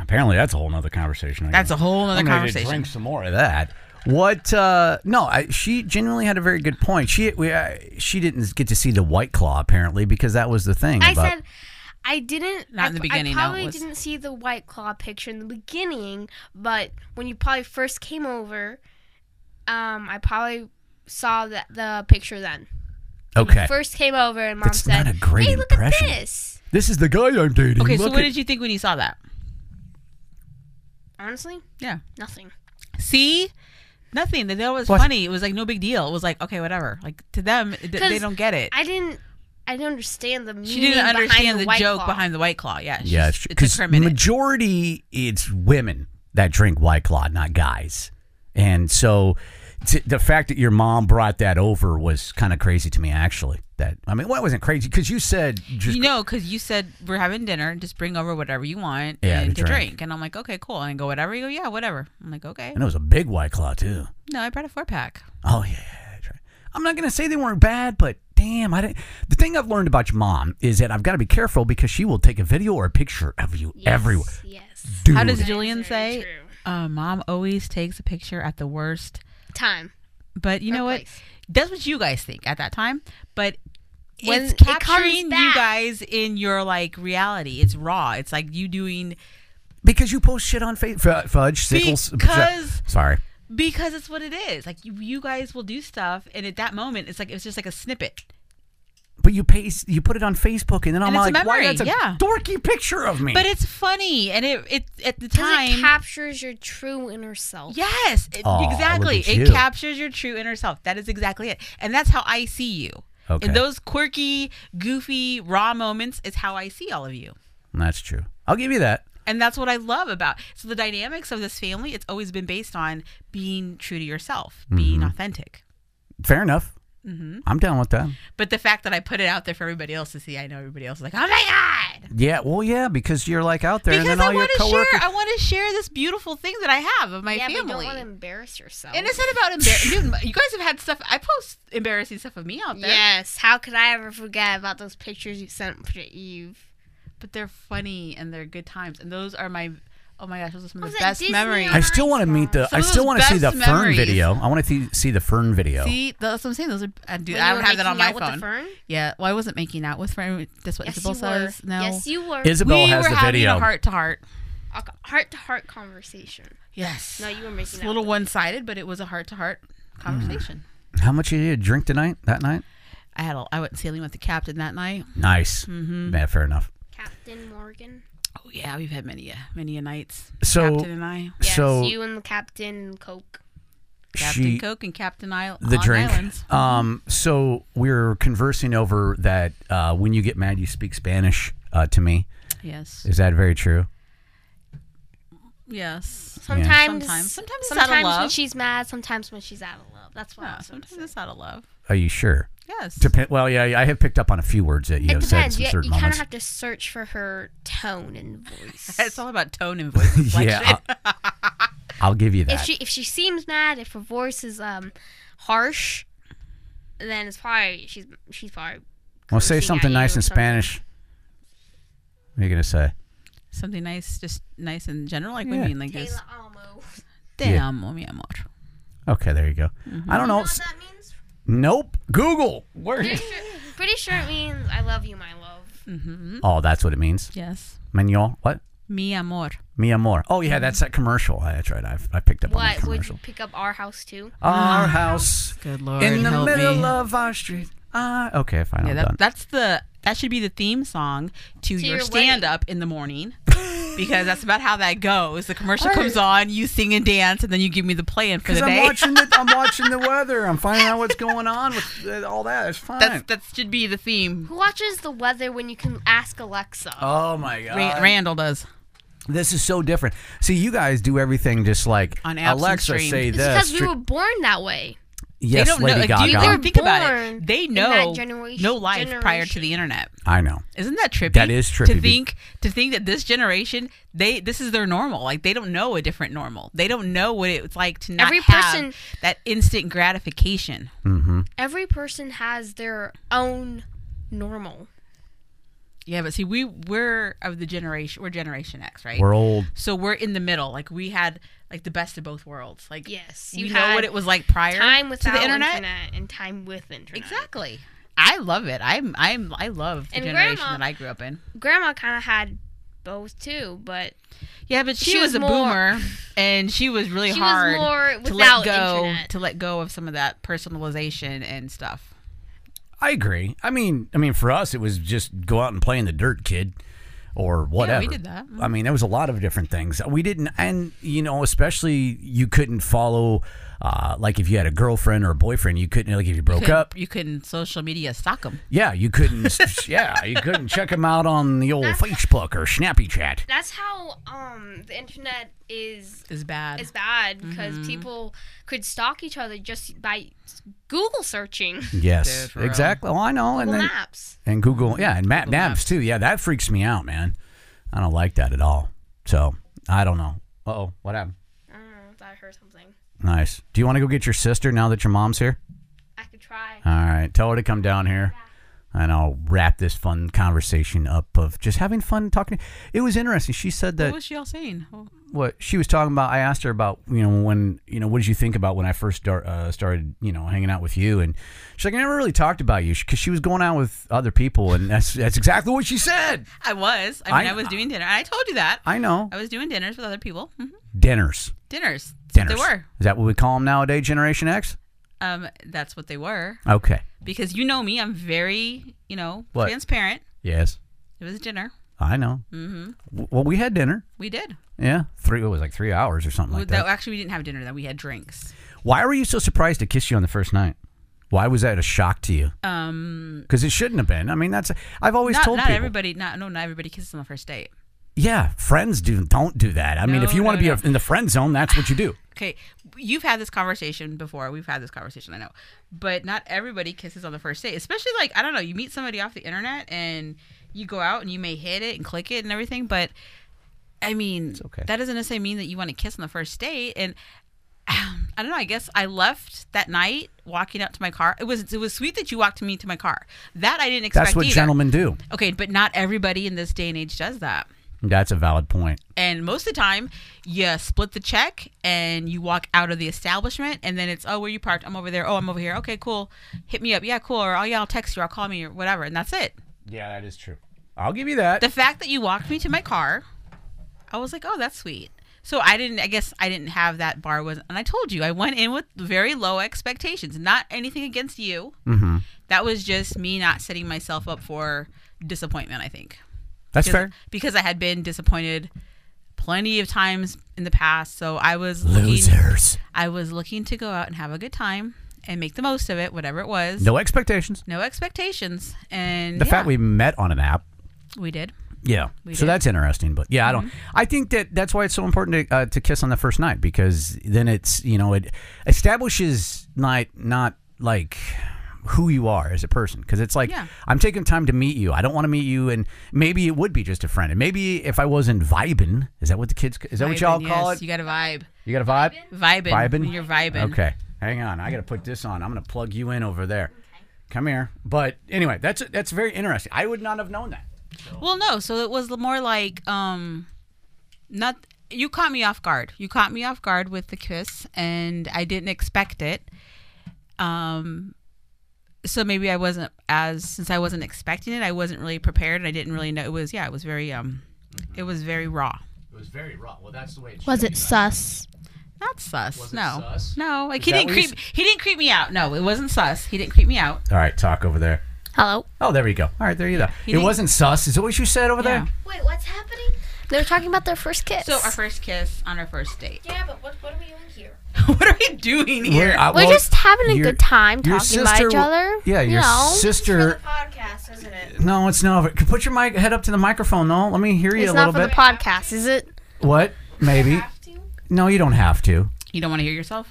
Speaker 1: Apparently, that's a whole nother conversation. I
Speaker 4: that's
Speaker 1: guess.
Speaker 4: a whole other
Speaker 1: I'm ready to
Speaker 4: conversation.
Speaker 1: Drink some more of that. What? Uh, no, I, she genuinely had a very good point. She we, uh, she didn't get to see the White Claw apparently because that was the thing.
Speaker 2: I
Speaker 1: about,
Speaker 2: said I didn't.
Speaker 4: Not
Speaker 2: I,
Speaker 4: in the
Speaker 2: I
Speaker 4: beginning, no, it
Speaker 2: probably
Speaker 4: was-
Speaker 2: didn't see the white claw picture in the beginning, but when you probably first came over, um, I probably saw that the picture then.
Speaker 1: okay,
Speaker 2: First came over and mom
Speaker 1: That's
Speaker 2: said,
Speaker 1: not a great
Speaker 2: "Hey, look
Speaker 1: impression."
Speaker 2: at this."
Speaker 1: this is the guy I'm dating.
Speaker 4: Okay, so
Speaker 1: Look
Speaker 4: what
Speaker 1: at-
Speaker 4: did you think when you saw that?
Speaker 2: Honestly,
Speaker 4: Yeah.
Speaker 2: nothing.
Speaker 4: See. Nothing. That that was
Speaker 1: What?
Speaker 4: funny. It was like no big deal. It was like okay, whatever. Like to them, th- they
Speaker 2: 'Cause
Speaker 4: don't get it.
Speaker 2: I didn't. I didn't understand the.
Speaker 4: She didn't understand the, joke behind the white claw. Yeah, she's-
Speaker 1: Yeah,
Speaker 4: it took
Speaker 1: because
Speaker 4: her a minute.
Speaker 1: majority it's women that drink White Claw, not guys. And so t- the fact that your mom brought that over was kind of crazy to me, actually. That I mean, well, it wasn't crazy because you said just
Speaker 4: you know, because you said we're having dinner, just bring over whatever you want
Speaker 1: Yeah,
Speaker 4: and
Speaker 1: to
Speaker 4: to drink.
Speaker 1: drink.
Speaker 4: And I'm like, okay, cool. And I go, whatever. You go, yeah, whatever. I'm like, okay.
Speaker 1: and it was a big White Claw too.
Speaker 4: No, I brought a four pack.
Speaker 1: Oh yeah, that's right. I'm not gonna say they weren't bad, but damn, I didn't. The thing I've learned about your mom is that I've got to be careful because she will take a video or a picture of you everywhere.
Speaker 2: Yes.
Speaker 1: Dude,
Speaker 4: How does
Speaker 2: is
Speaker 4: Julian
Speaker 2: very
Speaker 4: say?
Speaker 2: true.
Speaker 4: Uh, Mom always takes a picture at the worst.
Speaker 2: Time.
Speaker 4: But you know what?
Speaker 2: place.
Speaker 4: That's what you guys think at that time. But
Speaker 2: When
Speaker 4: it's
Speaker 2: it comes
Speaker 4: capturing you
Speaker 2: back-
Speaker 4: guys in your like reality. It's raw. It's like you doing
Speaker 1: because you post shit on Facebook, Fudge Sickles.
Speaker 4: Because-
Speaker 1: sorry.
Speaker 4: because it's what it is. Like you, you guys will do stuff, and at that moment, it's like it's just like a snippet.
Speaker 1: But you paste, you put it on Facebook, and then I'm
Speaker 4: it's a
Speaker 1: like, why?
Speaker 4: memory,
Speaker 1: That's a
Speaker 4: yeah.
Speaker 1: dorky picture of me.
Speaker 4: But it's funny, and it it at the
Speaker 2: 'Cause
Speaker 4: time.
Speaker 2: it captures your true inner self.
Speaker 4: yes, it-
Speaker 1: Oh. Aw, look
Speaker 4: exactly.
Speaker 1: at
Speaker 4: It
Speaker 1: you.
Speaker 4: captures your true inner self. That is exactly it, and that's how I see you.
Speaker 1: Okay.
Speaker 4: In those quirky, goofy, raw moments is how I see all of you.
Speaker 1: that's true. I'll give you that.
Speaker 4: And that's what I love about. So the dynamics of this family, it's always been based on being true to yourself, being
Speaker 1: Mm-hmm.
Speaker 4: authentic.
Speaker 1: Fair enough.
Speaker 4: Mm-hmm.
Speaker 1: I'm down with that.
Speaker 4: But the fact that I put it out there for everybody else to see, I know everybody else is like, "Oh my god."
Speaker 1: Yeah. Well, yeah, because you're like out there,
Speaker 4: Because
Speaker 1: and then
Speaker 4: I
Speaker 1: all your
Speaker 4: want to
Speaker 1: coworkers.
Speaker 4: share, I want to share this beautiful thing that I have of my
Speaker 2: yeah,
Speaker 4: family.
Speaker 2: but you don't want to embarrass yourself.
Speaker 4: And it's not about embarrassing. Dude, you guys have had stuff. I post embarrassing stuff of me out there.
Speaker 2: Yes. How could I ever forget about those pictures you sent for Eve?
Speaker 4: But they're funny and they're good times. And those are my, oh my gosh, those are some of
Speaker 2: Was
Speaker 4: the
Speaker 2: it
Speaker 4: best
Speaker 2: Disney
Speaker 4: memories.
Speaker 2: or-
Speaker 1: I still want to meet the.
Speaker 4: Some
Speaker 1: I
Speaker 4: of
Speaker 1: still
Speaker 4: those
Speaker 1: want to see the
Speaker 4: best
Speaker 1: Fern
Speaker 4: memories.
Speaker 1: video. I want to th- see the Fern video.
Speaker 4: See, that's what I'm saying. Those are, uh, dude,
Speaker 2: When
Speaker 4: I
Speaker 2: you
Speaker 4: don't
Speaker 2: were
Speaker 4: have that on
Speaker 2: making
Speaker 4: my
Speaker 2: out with the
Speaker 4: phone.
Speaker 2: fern?
Speaker 4: Yeah, well, I wasn't making out with friend. That's what
Speaker 2: Yes,
Speaker 4: Isabel
Speaker 2: you were.
Speaker 4: says. No,
Speaker 2: Yes, you were.
Speaker 1: Isabel
Speaker 4: we
Speaker 1: has
Speaker 4: were
Speaker 1: the
Speaker 4: having
Speaker 1: video.
Speaker 4: a heart to heart.
Speaker 2: Heart to heart conversation.
Speaker 4: Yes,
Speaker 2: No, you were
Speaker 4: it's
Speaker 2: making out.
Speaker 4: a
Speaker 1: Mm.
Speaker 4: little one sided, but it was a heart to heart conversation.
Speaker 1: How much did you drink tonight? That night?
Speaker 4: I had a, I went sailing with the captain that night.
Speaker 1: Nice.
Speaker 4: Mm-hmm.
Speaker 1: Yeah, fair enough.
Speaker 2: Captain Morgan.
Speaker 4: Oh yeah, we've had many a many a nights.
Speaker 1: So-
Speaker 4: captain and I,
Speaker 2: Yes,
Speaker 1: so
Speaker 2: you and the Captain Coke.
Speaker 4: Captain
Speaker 1: she,
Speaker 4: Coke and Captain Isle.
Speaker 1: the
Speaker 4: on
Speaker 1: drink.
Speaker 4: Islands.
Speaker 1: Um, so we are conversing over that. Uh, when you get mad, you speak Spanish uh, to me.
Speaker 4: Yes.
Speaker 1: Is that very true?
Speaker 4: Yes.
Speaker 2: Sometimes,
Speaker 4: Sometimes- sometimes it's out of
Speaker 2: sometimes when
Speaker 4: love.
Speaker 2: she's mad, sometimes when she's out of love. That's what.
Speaker 4: Yeah,
Speaker 2: I'm
Speaker 4: sometimes
Speaker 2: sometimes
Speaker 4: it's out of love.
Speaker 1: Are you sure?
Speaker 4: Yes.
Speaker 1: Depen- well, yeah, I have picked up on a few words that you
Speaker 2: it
Speaker 1: have said in
Speaker 2: depends.
Speaker 1: some
Speaker 2: You,
Speaker 1: certain
Speaker 2: you kind of
Speaker 1: moments.
Speaker 2: have to search for her tone and voice.
Speaker 4: it's all about tone and voice inflection.
Speaker 1: yeah, I'll, I'll give you
Speaker 2: if
Speaker 1: that.
Speaker 2: she if she seems mad, if her voice is um harsh, then it's probably she's she's probably.
Speaker 1: well, say
Speaker 2: cursing at
Speaker 1: something
Speaker 2: you
Speaker 1: nice
Speaker 2: or
Speaker 1: in
Speaker 2: something.
Speaker 1: Spanish. What are you gonna say?
Speaker 4: Something nice, just nice in general, like
Speaker 1: Yeah.
Speaker 4: we mean like this.
Speaker 2: Taylor Almo.
Speaker 4: Te
Speaker 1: Yeah.
Speaker 4: amo, mi amor.
Speaker 1: Okay, there you go. I don't know.
Speaker 2: What
Speaker 1: Oh, S-
Speaker 2: that means?
Speaker 1: Nope. Google. Where?
Speaker 2: Pretty sure, pretty sure it means I love you, my love.
Speaker 1: Oh, that's what it means.
Speaker 4: Yes.
Speaker 1: Mignon. What?
Speaker 4: Mi amor.
Speaker 1: Mia Moore. Oh yeah, that's that commercial. That's right. I've, I picked up on that
Speaker 2: What would
Speaker 1: commercial.
Speaker 2: you pick up our house too?
Speaker 1: Our house
Speaker 4: Good lord.
Speaker 1: in the
Speaker 4: help
Speaker 1: middle
Speaker 4: me.
Speaker 1: of our street. Ah, okay, fine.
Speaker 4: Yeah,
Speaker 1: I'm done.
Speaker 4: that, that's the that should be the theme song to, your,
Speaker 2: your
Speaker 4: stand up in the morning because that's about how that goes. The commercial comes on, you sing and dance, and then you give me the plan for the
Speaker 1: Because I'm
Speaker 4: day.
Speaker 1: watching the I'm watching the weather. I'm finding out what's going on with uh, all that. It's fine.
Speaker 4: that's that should be the theme.
Speaker 2: Who watches the weather when you can ask Alexa?
Speaker 1: oh my god.
Speaker 4: Ra- Randall does.
Speaker 1: This is so different. See, you guys do everything just like
Speaker 4: On apps and
Speaker 1: Alexa
Speaker 4: streams.
Speaker 1: say
Speaker 2: it's
Speaker 1: this.
Speaker 2: because we
Speaker 1: Stri-
Speaker 2: were born that way.
Speaker 1: yes,
Speaker 4: they don't
Speaker 1: Lady
Speaker 4: know. Like, do
Speaker 1: Gaga.
Speaker 4: you even think about
Speaker 2: born
Speaker 4: it? They
Speaker 2: in
Speaker 4: know
Speaker 2: that generation-
Speaker 4: no life prior to the
Speaker 2: generation.
Speaker 4: internet.
Speaker 1: I know.
Speaker 4: Isn't that trippy?
Speaker 1: That is trippy,
Speaker 4: To
Speaker 1: be-
Speaker 4: think to think that this generation, they this is their normal. Like they don't know a different normal. They don't know what it's like to not
Speaker 2: Every
Speaker 4: have
Speaker 2: person-
Speaker 4: that instant gratification.
Speaker 2: Every person has their own normal.
Speaker 4: Yeah, but see, we we're of the generation. We're Generation X, right?
Speaker 1: We're old.
Speaker 4: so we're in the middle. Like we had like the best of both worlds. Like
Speaker 2: Yes,
Speaker 4: you
Speaker 2: you
Speaker 4: know what
Speaker 2: had
Speaker 4: it was like prior
Speaker 2: Time
Speaker 4: to
Speaker 2: without
Speaker 4: the internet.
Speaker 2: and time with internet.
Speaker 4: Exactly. I love it. I'm I'm I love the
Speaker 2: And
Speaker 4: generation
Speaker 2: grandma-
Speaker 4: that I grew up in.
Speaker 2: Grandma kind of had both too, but
Speaker 4: Yeah, but she,
Speaker 2: She was
Speaker 4: was, a
Speaker 2: more-
Speaker 4: boomer, and she was really
Speaker 2: She was
Speaker 4: hard
Speaker 2: more
Speaker 4: to
Speaker 2: without
Speaker 4: let go
Speaker 2: internet.
Speaker 4: to let go of some of that personalization and stuff.
Speaker 1: I agree. I mean, I mean, for us, it was just go out and play in the dirt, kid, or whatever.
Speaker 4: did that. Mm-hmm.
Speaker 1: I mean, there was a lot of different things we didn't, and you know, especially you couldn't follow, uh, like if you had a girlfriend or a boyfriend, you couldn't, like if you broke
Speaker 4: Couldn't-
Speaker 1: up,
Speaker 4: You couldn't social media stalk them.
Speaker 1: yeah, you couldn't, yeah, you couldn't check them out on the old Facebook or Snappy Chat.
Speaker 2: that's how um the internet is
Speaker 4: Is bad.
Speaker 2: is bad because
Speaker 1: Mm-hmm.
Speaker 2: people could stalk each other just by Google searching
Speaker 1: Yes,
Speaker 4: for real.
Speaker 1: exactly. Well, I know, and
Speaker 2: Google
Speaker 1: then
Speaker 2: Maps.
Speaker 1: and Google, yeah, and Map Maps too. Yeah, that freaks me out, man. I don't like that at all. So I don't know. Uh oh, what happened?
Speaker 2: I don't know. I thought Mm, I heard something.
Speaker 1: Nice. Do you want to go get your sister now that your mom's here?
Speaker 2: I could try.
Speaker 1: All right. Tell her to come down here. And I'll wrap this fun conversation up of just having fun talking. It was interesting. She said that
Speaker 4: What was she all saying? Oh,
Speaker 1: what she was talking about. I asked her about you know when you know what did you think about when I first start, uh, started you know hanging out with you, and she's like I never really talked about you because she was going out with other people, and that's that's exactly what she said.
Speaker 4: I was. I mean,
Speaker 1: I-
Speaker 4: I, was doing dinner. I told you that.
Speaker 1: I know
Speaker 4: I was doing dinners with other people. Mhm.
Speaker 1: dinners,
Speaker 4: Dinners.
Speaker 1: dinners.
Speaker 4: They were.
Speaker 1: Is that what we call them nowadays, Generation X?
Speaker 4: Um, that's what they were.
Speaker 1: Okay.
Speaker 4: Because you know me, I'm very, you know,
Speaker 1: What?
Speaker 4: transparent.
Speaker 1: Yes,
Speaker 4: It was dinner.
Speaker 1: I know. Mm-hmm. Well, we had dinner.
Speaker 4: We did.
Speaker 1: Yeah, three. It was like three hours or something
Speaker 4: We-
Speaker 1: like
Speaker 4: that-
Speaker 1: that.
Speaker 4: Actually, we didn't have dinner. That we had drinks.
Speaker 1: Why were you so surprised to kiss you on the first night? Why was that a shock to you?
Speaker 4: Um,
Speaker 1: Because it shouldn't have been. I mean, that's I've always
Speaker 4: not,
Speaker 1: told
Speaker 4: not
Speaker 1: people.
Speaker 4: everybody. Not no, not everybody kisses on the first date.
Speaker 1: Yeah, friends do don't do that. I mean,
Speaker 4: No,
Speaker 1: if you want to
Speaker 4: no,
Speaker 1: be
Speaker 4: no.
Speaker 1: in the friend zone, that's what you do.
Speaker 4: Okay, you've had this conversation before. We've had this conversation, I know, but not everybody kisses on the first date. Especially like I don't know, you meet somebody off the internet and you go out and you may hit it and click it and everything, but I mean,
Speaker 1: okay.
Speaker 4: that doesn't necessarily mean that you want to kiss on the first date. And um, I don't know. I guess I left that night walking out to my car. It was it was sweet that you walked me to my car. That I didn't expect.
Speaker 1: That's what
Speaker 4: either.
Speaker 1: gentlemen do.
Speaker 4: Okay, but not everybody in this day and age does that.
Speaker 1: That's a valid point.
Speaker 4: And most of the time, you split the check and you walk out of the establishment, and then it's oh, where you parked? I'm over there. Oh, I'm over here. Okay, cool. Hit me up. Yeah, cool. Or oh, yeah, I'll text you. I'll call me or whatever, and that's it.
Speaker 1: Yeah, that is true. I'll give you that.
Speaker 4: The fact that you walked me to my car, I was like, oh, that's sweet. So I didn't. I guess I didn't have that bar was, and I told you I went in with very low expectations. Not anything against you.
Speaker 1: Mm-hmm.
Speaker 4: That was just me not setting myself up for disappointment. I think
Speaker 1: That's
Speaker 4: because,
Speaker 1: fair.
Speaker 4: because I had been disappointed plenty of times in the past. So I was Looking,
Speaker 1: Losers.
Speaker 4: I was looking to go out and have a good time and make the most of it, whatever it was.
Speaker 1: No expectations.
Speaker 4: No expectations, and
Speaker 1: The
Speaker 4: yeah,
Speaker 1: fact we met on an app.
Speaker 4: we did.
Speaker 1: Yeah.
Speaker 4: We
Speaker 1: so
Speaker 4: did. Mm-hmm.
Speaker 1: that's interesting, but yeah, I don't. I think that that's why it's so important to uh, to kiss on the first night because then it's you know it establishes not not like who you are as a person because it's like
Speaker 4: Yeah.
Speaker 1: I'm taking time to meet you. I don't want to meet you, and maybe it would be just a friend, and maybe if I wasn't vibing, is that what the kids? Is that what y'all
Speaker 4: Vibing,
Speaker 1: call
Speaker 4: yes,
Speaker 1: it?
Speaker 4: You got a vibe,
Speaker 1: You got a vibe?
Speaker 4: vibing.
Speaker 1: Vibing?
Speaker 4: When you're vibing.
Speaker 1: Okay, hang on. I got to put this on. I'm going to plug you in over there. Come here. But anyway, that's that's very interesting. I would not have known that.
Speaker 4: Well, no. So it was more like, um, not you caught me off guard. You caught me off guard with the kiss, and I didn't expect it. Um, so maybe I wasn't as since I wasn't expecting it, I wasn't really prepared, and I didn't really know it was. Yeah, it was very um, it was very raw.
Speaker 1: It was very raw. Well, that's the way it
Speaker 2: Was it sus?
Speaker 4: Not sus.
Speaker 1: Was it
Speaker 4: no.
Speaker 1: sus?
Speaker 4: No. Like
Speaker 1: Is
Speaker 4: he
Speaker 1: that
Speaker 4: didn't
Speaker 1: what you
Speaker 4: creep. He didn't creep me out. No, it wasn't sus. He didn't creep me out.
Speaker 1: All right, talk over there.
Speaker 2: Hello.
Speaker 1: Oh, there you go. All right, there you go. It
Speaker 4: He didn't-
Speaker 1: wasn't sus. Is that what you said over
Speaker 4: Yeah.
Speaker 1: there?
Speaker 2: Wait, what's happening? They're talking about their first kiss.
Speaker 4: So our first kiss on our first date.
Speaker 2: yeah, but what, what are we doing here?
Speaker 4: what are we doing here?
Speaker 1: Well, I-
Speaker 2: We're
Speaker 1: Uh, well,
Speaker 2: just having a
Speaker 1: your-
Speaker 2: good time
Speaker 1: your
Speaker 2: talking about each
Speaker 1: sister-
Speaker 2: other.
Speaker 1: Yeah,
Speaker 2: you
Speaker 1: your
Speaker 2: know.
Speaker 1: sister.
Speaker 2: podcast, isn't it?
Speaker 1: No, it's not. over. Put your mic head up to the microphone. No, let me hear you
Speaker 2: It's
Speaker 1: a
Speaker 2: not
Speaker 1: little
Speaker 2: for
Speaker 1: bit.
Speaker 2: the podcast, is it?
Speaker 1: what? Maybe. No, you don't have to.
Speaker 4: You don't want to hear yourself?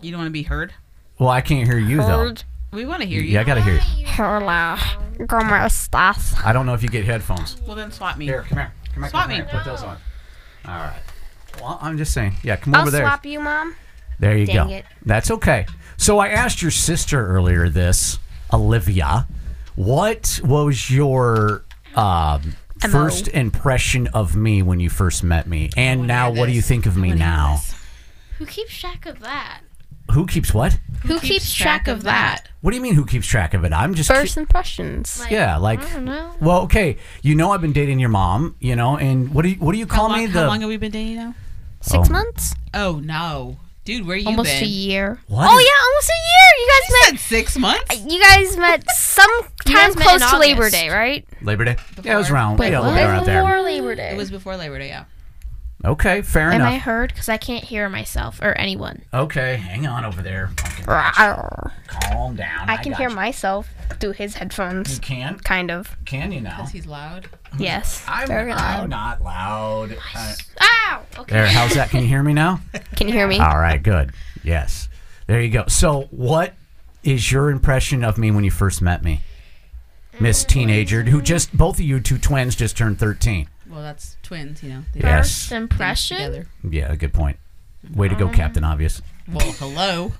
Speaker 4: You don't want to be heard?
Speaker 1: Well, I can't hear you though.
Speaker 4: We want to hear you.
Speaker 1: Yeah, I gotta hear you.
Speaker 2: Hola. ¿Cómo estás?
Speaker 1: I don't know if you get headphones.
Speaker 4: Well, then swap me.
Speaker 1: Here, come here. Come here.
Speaker 4: Swap
Speaker 1: come
Speaker 4: me.
Speaker 1: here. Put those on. All right. Well, I'm just saying. Yeah, come
Speaker 2: I'll
Speaker 1: over there.
Speaker 2: swap you, mom.
Speaker 1: There you
Speaker 2: Dang
Speaker 1: go.
Speaker 2: it.
Speaker 1: That's okay. So I asked your sister earlier this, Olivia, what was your um, first impression of me when you first met me? And
Speaker 4: wanna
Speaker 1: now,
Speaker 4: hear
Speaker 1: what do you
Speaker 4: this.
Speaker 1: think of me
Speaker 4: wanna hear
Speaker 1: now?
Speaker 4: this.
Speaker 2: Who keeps track of that?
Speaker 1: Who keeps what?
Speaker 2: Who, keeps, track, of that?
Speaker 1: What do you mean, who keeps track of it? I'm just. cu-
Speaker 2: First impressions.
Speaker 1: yeah, like.
Speaker 2: I don't know.
Speaker 1: Well, okay. You know, I've been dating your mom, you know, and what do you, what do you
Speaker 4: How
Speaker 1: call
Speaker 4: long,
Speaker 1: me?
Speaker 4: how
Speaker 1: the.
Speaker 4: long have we been dating now?
Speaker 2: Six
Speaker 1: Oh.
Speaker 2: months?
Speaker 4: Oh, no. Dude, where you
Speaker 2: Almost
Speaker 4: been?
Speaker 2: a year.
Speaker 1: What
Speaker 2: Oh
Speaker 1: is-
Speaker 2: yeah, almost a year. You guys
Speaker 4: You
Speaker 2: met.
Speaker 4: said six months?
Speaker 2: You guys met sometime
Speaker 5: guys met
Speaker 2: close
Speaker 5: in
Speaker 2: to Labor
Speaker 5: August.
Speaker 2: Day, right?
Speaker 1: Labor Day? Yeah, it was
Speaker 4: Before.
Speaker 1: around. yeah, a little
Speaker 2: what?
Speaker 1: bit around there.
Speaker 5: Before Labor Day.
Speaker 4: It was before Labor Day, yeah.
Speaker 1: Okay, fair
Speaker 5: Am I
Speaker 1: enough.
Speaker 5: heard? Because I can't hear myself or anyone.
Speaker 1: Okay, hang on over there. Fucking Calm down.
Speaker 5: I can
Speaker 1: got
Speaker 5: hear
Speaker 1: you.
Speaker 5: myself through his
Speaker 1: You
Speaker 5: headphones.
Speaker 1: can?
Speaker 5: Kind of.
Speaker 1: Can you now?
Speaker 4: Because he's loud.
Speaker 5: Yes.
Speaker 1: I'm,
Speaker 5: Very
Speaker 1: I'm
Speaker 5: loud.
Speaker 1: not loud. Uh,
Speaker 2: Ow. Okay.
Speaker 1: there, how's that? Can you hear me now?
Speaker 5: Can you hear me?
Speaker 1: All right, good. Yes. There you go. So, what is your impression of me when you first met me? Miss Teenager, who just, both of you two twins just turned 13.
Speaker 4: Well, that's twins, you know. They
Speaker 1: Yes.
Speaker 5: First impression?
Speaker 4: Together.
Speaker 1: Yeah, good point. Way to go, Captain Obvious.
Speaker 4: Well, hello.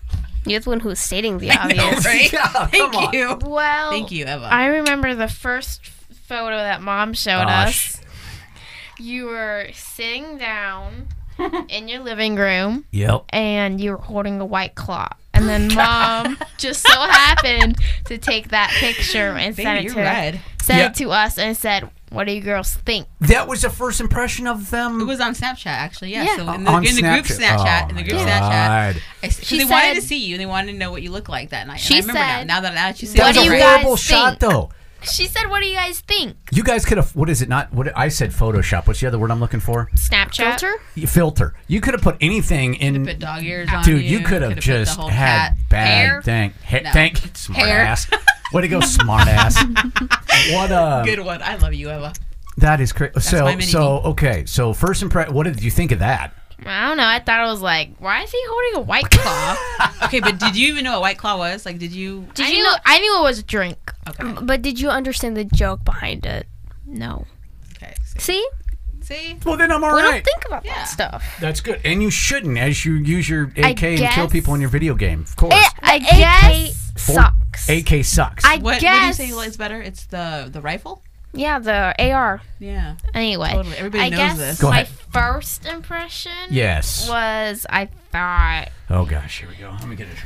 Speaker 5: You're the one who's stating the obvious.
Speaker 4: Right?
Speaker 1: Yeah, come
Speaker 4: Thank
Speaker 1: on.
Speaker 4: you.
Speaker 5: Well,
Speaker 4: Thank you, Eva.
Speaker 5: I remember the first f- photo that mom showed
Speaker 1: Oh,
Speaker 5: us.
Speaker 1: sh-
Speaker 5: You were sitting down in your living room.
Speaker 1: Yep.
Speaker 5: and you were holding a white claw. And then mom just so happened to take that picture and
Speaker 4: Baby,
Speaker 5: sent it
Speaker 4: you're
Speaker 5: to
Speaker 4: red.
Speaker 5: sent
Speaker 1: Yeah.
Speaker 5: it to us and said, "What do you girls think?"
Speaker 1: That was the first impression of them.
Speaker 4: It was on Snapchat, actually. Yeah.
Speaker 5: Yeah.
Speaker 4: So in the, in the group Snapchat,
Speaker 1: Oh
Speaker 4: in the group Snapchat, I, s- 'cause
Speaker 5: She
Speaker 4: they wanted to
Speaker 5: said-
Speaker 4: see you and they wanted to know what you look like that night. And
Speaker 5: She
Speaker 4: I remember
Speaker 5: said,
Speaker 4: now, now that now that you see
Speaker 1: That
Speaker 5: What
Speaker 1: was
Speaker 5: do
Speaker 1: a
Speaker 5: you
Speaker 1: horrible
Speaker 5: guys
Speaker 1: shot,
Speaker 5: think?
Speaker 1: though.
Speaker 5: She said, "What do you guys think?"
Speaker 1: You guys could have. What is it? Not what I said. Photoshop. What's the other word I'm looking for?
Speaker 5: Snapchat.
Speaker 1: You filter. You could have put anything in.
Speaker 4: put dog ears on
Speaker 1: dude,
Speaker 4: you,
Speaker 1: you could have
Speaker 4: could've put the
Speaker 1: just
Speaker 4: whole
Speaker 1: had
Speaker 4: cat-
Speaker 1: bad
Speaker 4: hair?
Speaker 1: thing. Ha-
Speaker 4: No.
Speaker 1: Thank smart
Speaker 4: Hair.
Speaker 1: ass. Way to go, smart ass. what a
Speaker 4: Good one. I love you, Eva.
Speaker 1: that is crazy.
Speaker 4: my
Speaker 1: So
Speaker 4: mini-me.
Speaker 1: so okay. So first impression. What did you think of that?
Speaker 5: I don't know. I thought it was like, why is he holding a white claw?
Speaker 4: okay, but did you even know what White Claw was? Like, did you?
Speaker 5: I knew I knew it was a drink,
Speaker 4: Okay.
Speaker 5: but did you understand the joke behind it? No.
Speaker 4: Okay.
Speaker 5: See,
Speaker 4: See?
Speaker 1: Well, then I'm all
Speaker 5: we
Speaker 1: right.
Speaker 5: don't think about
Speaker 4: Yeah.
Speaker 5: that stuff.
Speaker 1: That's good, and you shouldn't, as you use your AK and kill
Speaker 5: guess.
Speaker 1: people in your video game. Of course,
Speaker 5: I
Speaker 2: guess
Speaker 5: AK
Speaker 1: Four-
Speaker 5: sucks.
Speaker 1: AK sucks.
Speaker 5: I
Speaker 4: What,
Speaker 5: guess.
Speaker 4: what do you say is better? It's the the rifle.
Speaker 5: yeah, the AR.
Speaker 4: Yeah.
Speaker 5: Anyway,
Speaker 4: Totally. Everybody
Speaker 5: I
Speaker 4: knows
Speaker 5: guess
Speaker 4: this.
Speaker 1: Go
Speaker 5: my
Speaker 1: ahead.
Speaker 5: first impression
Speaker 1: yes.
Speaker 5: was I thought
Speaker 1: Oh gosh, here we go. Let me get a drink.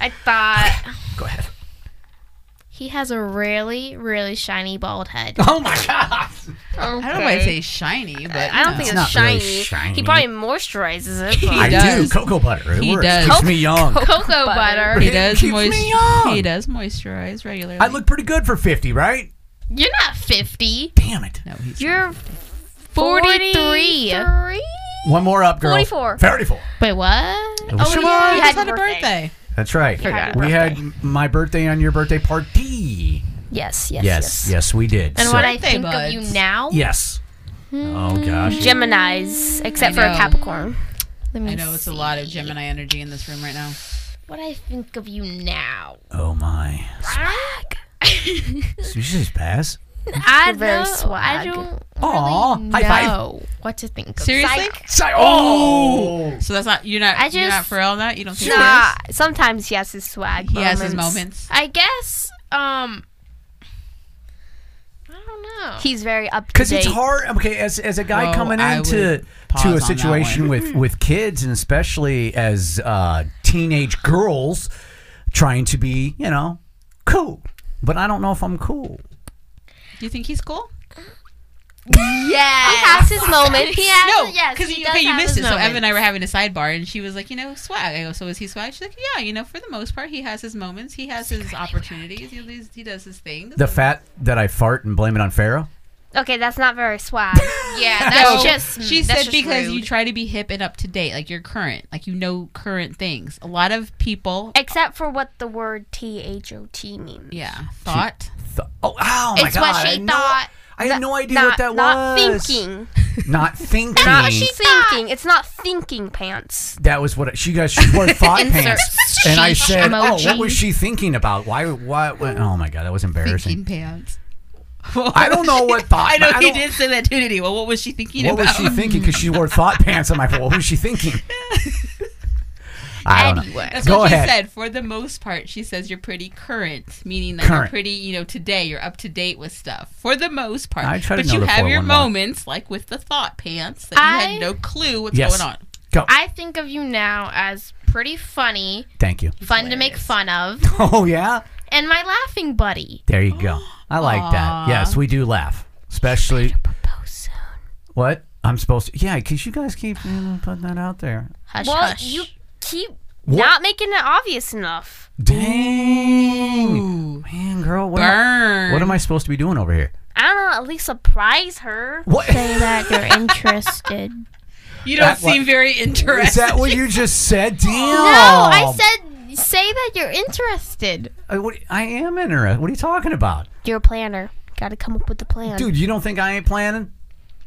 Speaker 5: I thought
Speaker 1: Go ahead.
Speaker 5: he has a really really shiny bald head.
Speaker 1: Oh my god.
Speaker 4: I don't want to say shiny, but
Speaker 2: I don't think
Speaker 4: you know.
Speaker 2: it's,
Speaker 1: It's not
Speaker 2: shiny.
Speaker 1: really shiny.
Speaker 2: He probably moisturizes it.
Speaker 1: I
Speaker 2: But
Speaker 4: does.
Speaker 1: do cocoa butter. It
Speaker 4: He
Speaker 1: works.
Speaker 4: does.
Speaker 1: Keeps me young.
Speaker 5: cocoa butter.
Speaker 4: he
Speaker 1: It
Speaker 4: does
Speaker 1: keeps
Speaker 4: moist-
Speaker 1: me young.
Speaker 4: He does moisturize regularly.
Speaker 1: I look pretty good for fifty, right?
Speaker 5: You're not 50.
Speaker 1: Damn it!
Speaker 4: No, he's
Speaker 2: you're
Speaker 5: 43.
Speaker 2: 43?
Speaker 1: One more up, girl.
Speaker 2: 44.
Speaker 1: Thirty-four.
Speaker 5: Wait, what?
Speaker 1: Oh,
Speaker 4: yeah,
Speaker 2: on.
Speaker 4: he
Speaker 2: Happy
Speaker 4: just had a birthday.
Speaker 2: birthday.
Speaker 1: That's right.
Speaker 5: Forgot.
Speaker 1: We had my birthday on your birthday party.
Speaker 2: Yes, yes, yes.
Speaker 1: Yes, yes, we did.
Speaker 2: And
Speaker 1: So-
Speaker 2: when I
Speaker 4: Birthday
Speaker 2: think
Speaker 4: buds.
Speaker 2: of you now,
Speaker 1: yes. Oh gosh.
Speaker 2: Gemini's, except for
Speaker 4: know.
Speaker 2: a Capricorn.
Speaker 5: Let me
Speaker 4: I know it's a lot of Gemini energy in this room right now.
Speaker 5: What I think of you now.
Speaker 1: Oh my. Did you just pass?
Speaker 2: I
Speaker 5: You're very
Speaker 2: know. I
Speaker 5: swag.
Speaker 2: don't.
Speaker 1: Aw.
Speaker 5: really
Speaker 1: high five.
Speaker 5: know what to think of.
Speaker 4: Seriously?
Speaker 1: Psy- oh.
Speaker 4: So that's not you're not
Speaker 2: I
Speaker 4: you're not
Speaker 2: just-
Speaker 4: for real on that. You don't think
Speaker 2: Nah,
Speaker 4: it
Speaker 2: sometimes he has his swag.
Speaker 4: is? He has his moments.
Speaker 5: I guess, um, I don't know.
Speaker 2: He's very up to
Speaker 1: Because it's
Speaker 2: date.
Speaker 1: hard. Okay, as as a guy
Speaker 4: Whoa,
Speaker 1: coming
Speaker 4: I
Speaker 1: into
Speaker 4: would pause
Speaker 1: to
Speaker 4: on
Speaker 1: a
Speaker 4: that
Speaker 1: situation
Speaker 4: one.
Speaker 1: with with kids and especially as uh, teenage girls trying to be, you know, cool. But I don't know if I'm cool.
Speaker 4: Do you think he's cool?
Speaker 2: He has his moment. He has.
Speaker 4: No,
Speaker 2: yes,
Speaker 4: because
Speaker 2: he
Speaker 4: you,
Speaker 2: does
Speaker 4: okay, you
Speaker 2: have
Speaker 4: missed
Speaker 2: his
Speaker 4: it. So Evan and
Speaker 2: moments.
Speaker 4: I were having a sidebar, and she was like, you know, swag. I go, so is he swag? She's like, yeah, you know, for the most part, he has his moments, he has his opportunities, he, does- he does his things.
Speaker 1: The fact that I fart and blame it on Pharaoh.
Speaker 2: Okay, that's not very swag.
Speaker 5: yeah,
Speaker 4: No,
Speaker 5: that's just. mm,
Speaker 4: she
Speaker 5: that's
Speaker 4: said
Speaker 5: just
Speaker 4: because
Speaker 5: rude.
Speaker 4: you try to be hip and up to date, like you're current, like you know current things. A lot of people,
Speaker 2: Except for what the word T H O T means.
Speaker 4: yeah, thought
Speaker 1: Th- oh, oh my
Speaker 5: It's
Speaker 1: god!
Speaker 5: what
Speaker 1: I
Speaker 5: she
Speaker 1: had no-
Speaker 5: thought.
Speaker 1: I had no idea what that
Speaker 2: Not
Speaker 1: was.
Speaker 2: thinking.
Speaker 1: Not thinking.
Speaker 2: Not thinking. It's not thinking pants.
Speaker 1: that was what she guys she wore thought pants, and I
Speaker 5: sheesh
Speaker 1: said, "Oh, what
Speaker 5: emoji.
Speaker 1: was she thinking about? Why? Why? why- Oh my god, that was
Speaker 4: thinking
Speaker 1: embarrassing.
Speaker 4: pants.
Speaker 1: I don't know what thought.
Speaker 4: I know he
Speaker 1: don't-
Speaker 4: did say that to Nitty. Well, what was she thinking
Speaker 1: What was
Speaker 4: about?
Speaker 1: she thinking? Because she wore thought pants. I'm like, what was she thinking? I don't know.
Speaker 5: Anyway.
Speaker 4: That's
Speaker 1: Go
Speaker 4: what
Speaker 1: ahead.
Speaker 4: she said. For the most part, she says you're pretty current, meaning that you're
Speaker 1: Current.
Speaker 4: pretty, you know, today you're up to date with stuff. For the most part,
Speaker 1: I try to
Speaker 4: but
Speaker 1: know
Speaker 4: you
Speaker 1: the
Speaker 4: have your
Speaker 1: 411.
Speaker 4: moments, like with the thought pants, that you
Speaker 5: I-
Speaker 4: had no clue what's
Speaker 1: Yes.
Speaker 4: going on.
Speaker 1: Go.
Speaker 5: I think of you now as pretty funny,
Speaker 1: Thank you.
Speaker 5: fun to make fun of,
Speaker 1: Oh yeah.
Speaker 5: and my laughing buddy.
Speaker 1: There you go. I like that. Yes, we do laugh, especially. What? I'm supposed to? Yeah, because you guys keep you know, putting that out there.
Speaker 5: Hush,
Speaker 2: Well,
Speaker 5: hush.
Speaker 2: you keep
Speaker 1: What?
Speaker 2: not making it obvious enough.
Speaker 1: Dang,
Speaker 4: Ooh,
Speaker 1: man, girl, what am,
Speaker 4: burn.
Speaker 1: what am I supposed to be doing over here?
Speaker 2: I don't know. At least surprise her.
Speaker 1: What?
Speaker 5: that you're interested.
Speaker 4: You don't
Speaker 1: That what-
Speaker 4: seem very interested.
Speaker 1: Is that what you just said? Damn.
Speaker 5: No, I said say that you're interested.
Speaker 1: I, what, I am interested. What are you talking about,
Speaker 2: You're a planner. Got to come up with a plan.
Speaker 1: dude? You don't think I ain't planning?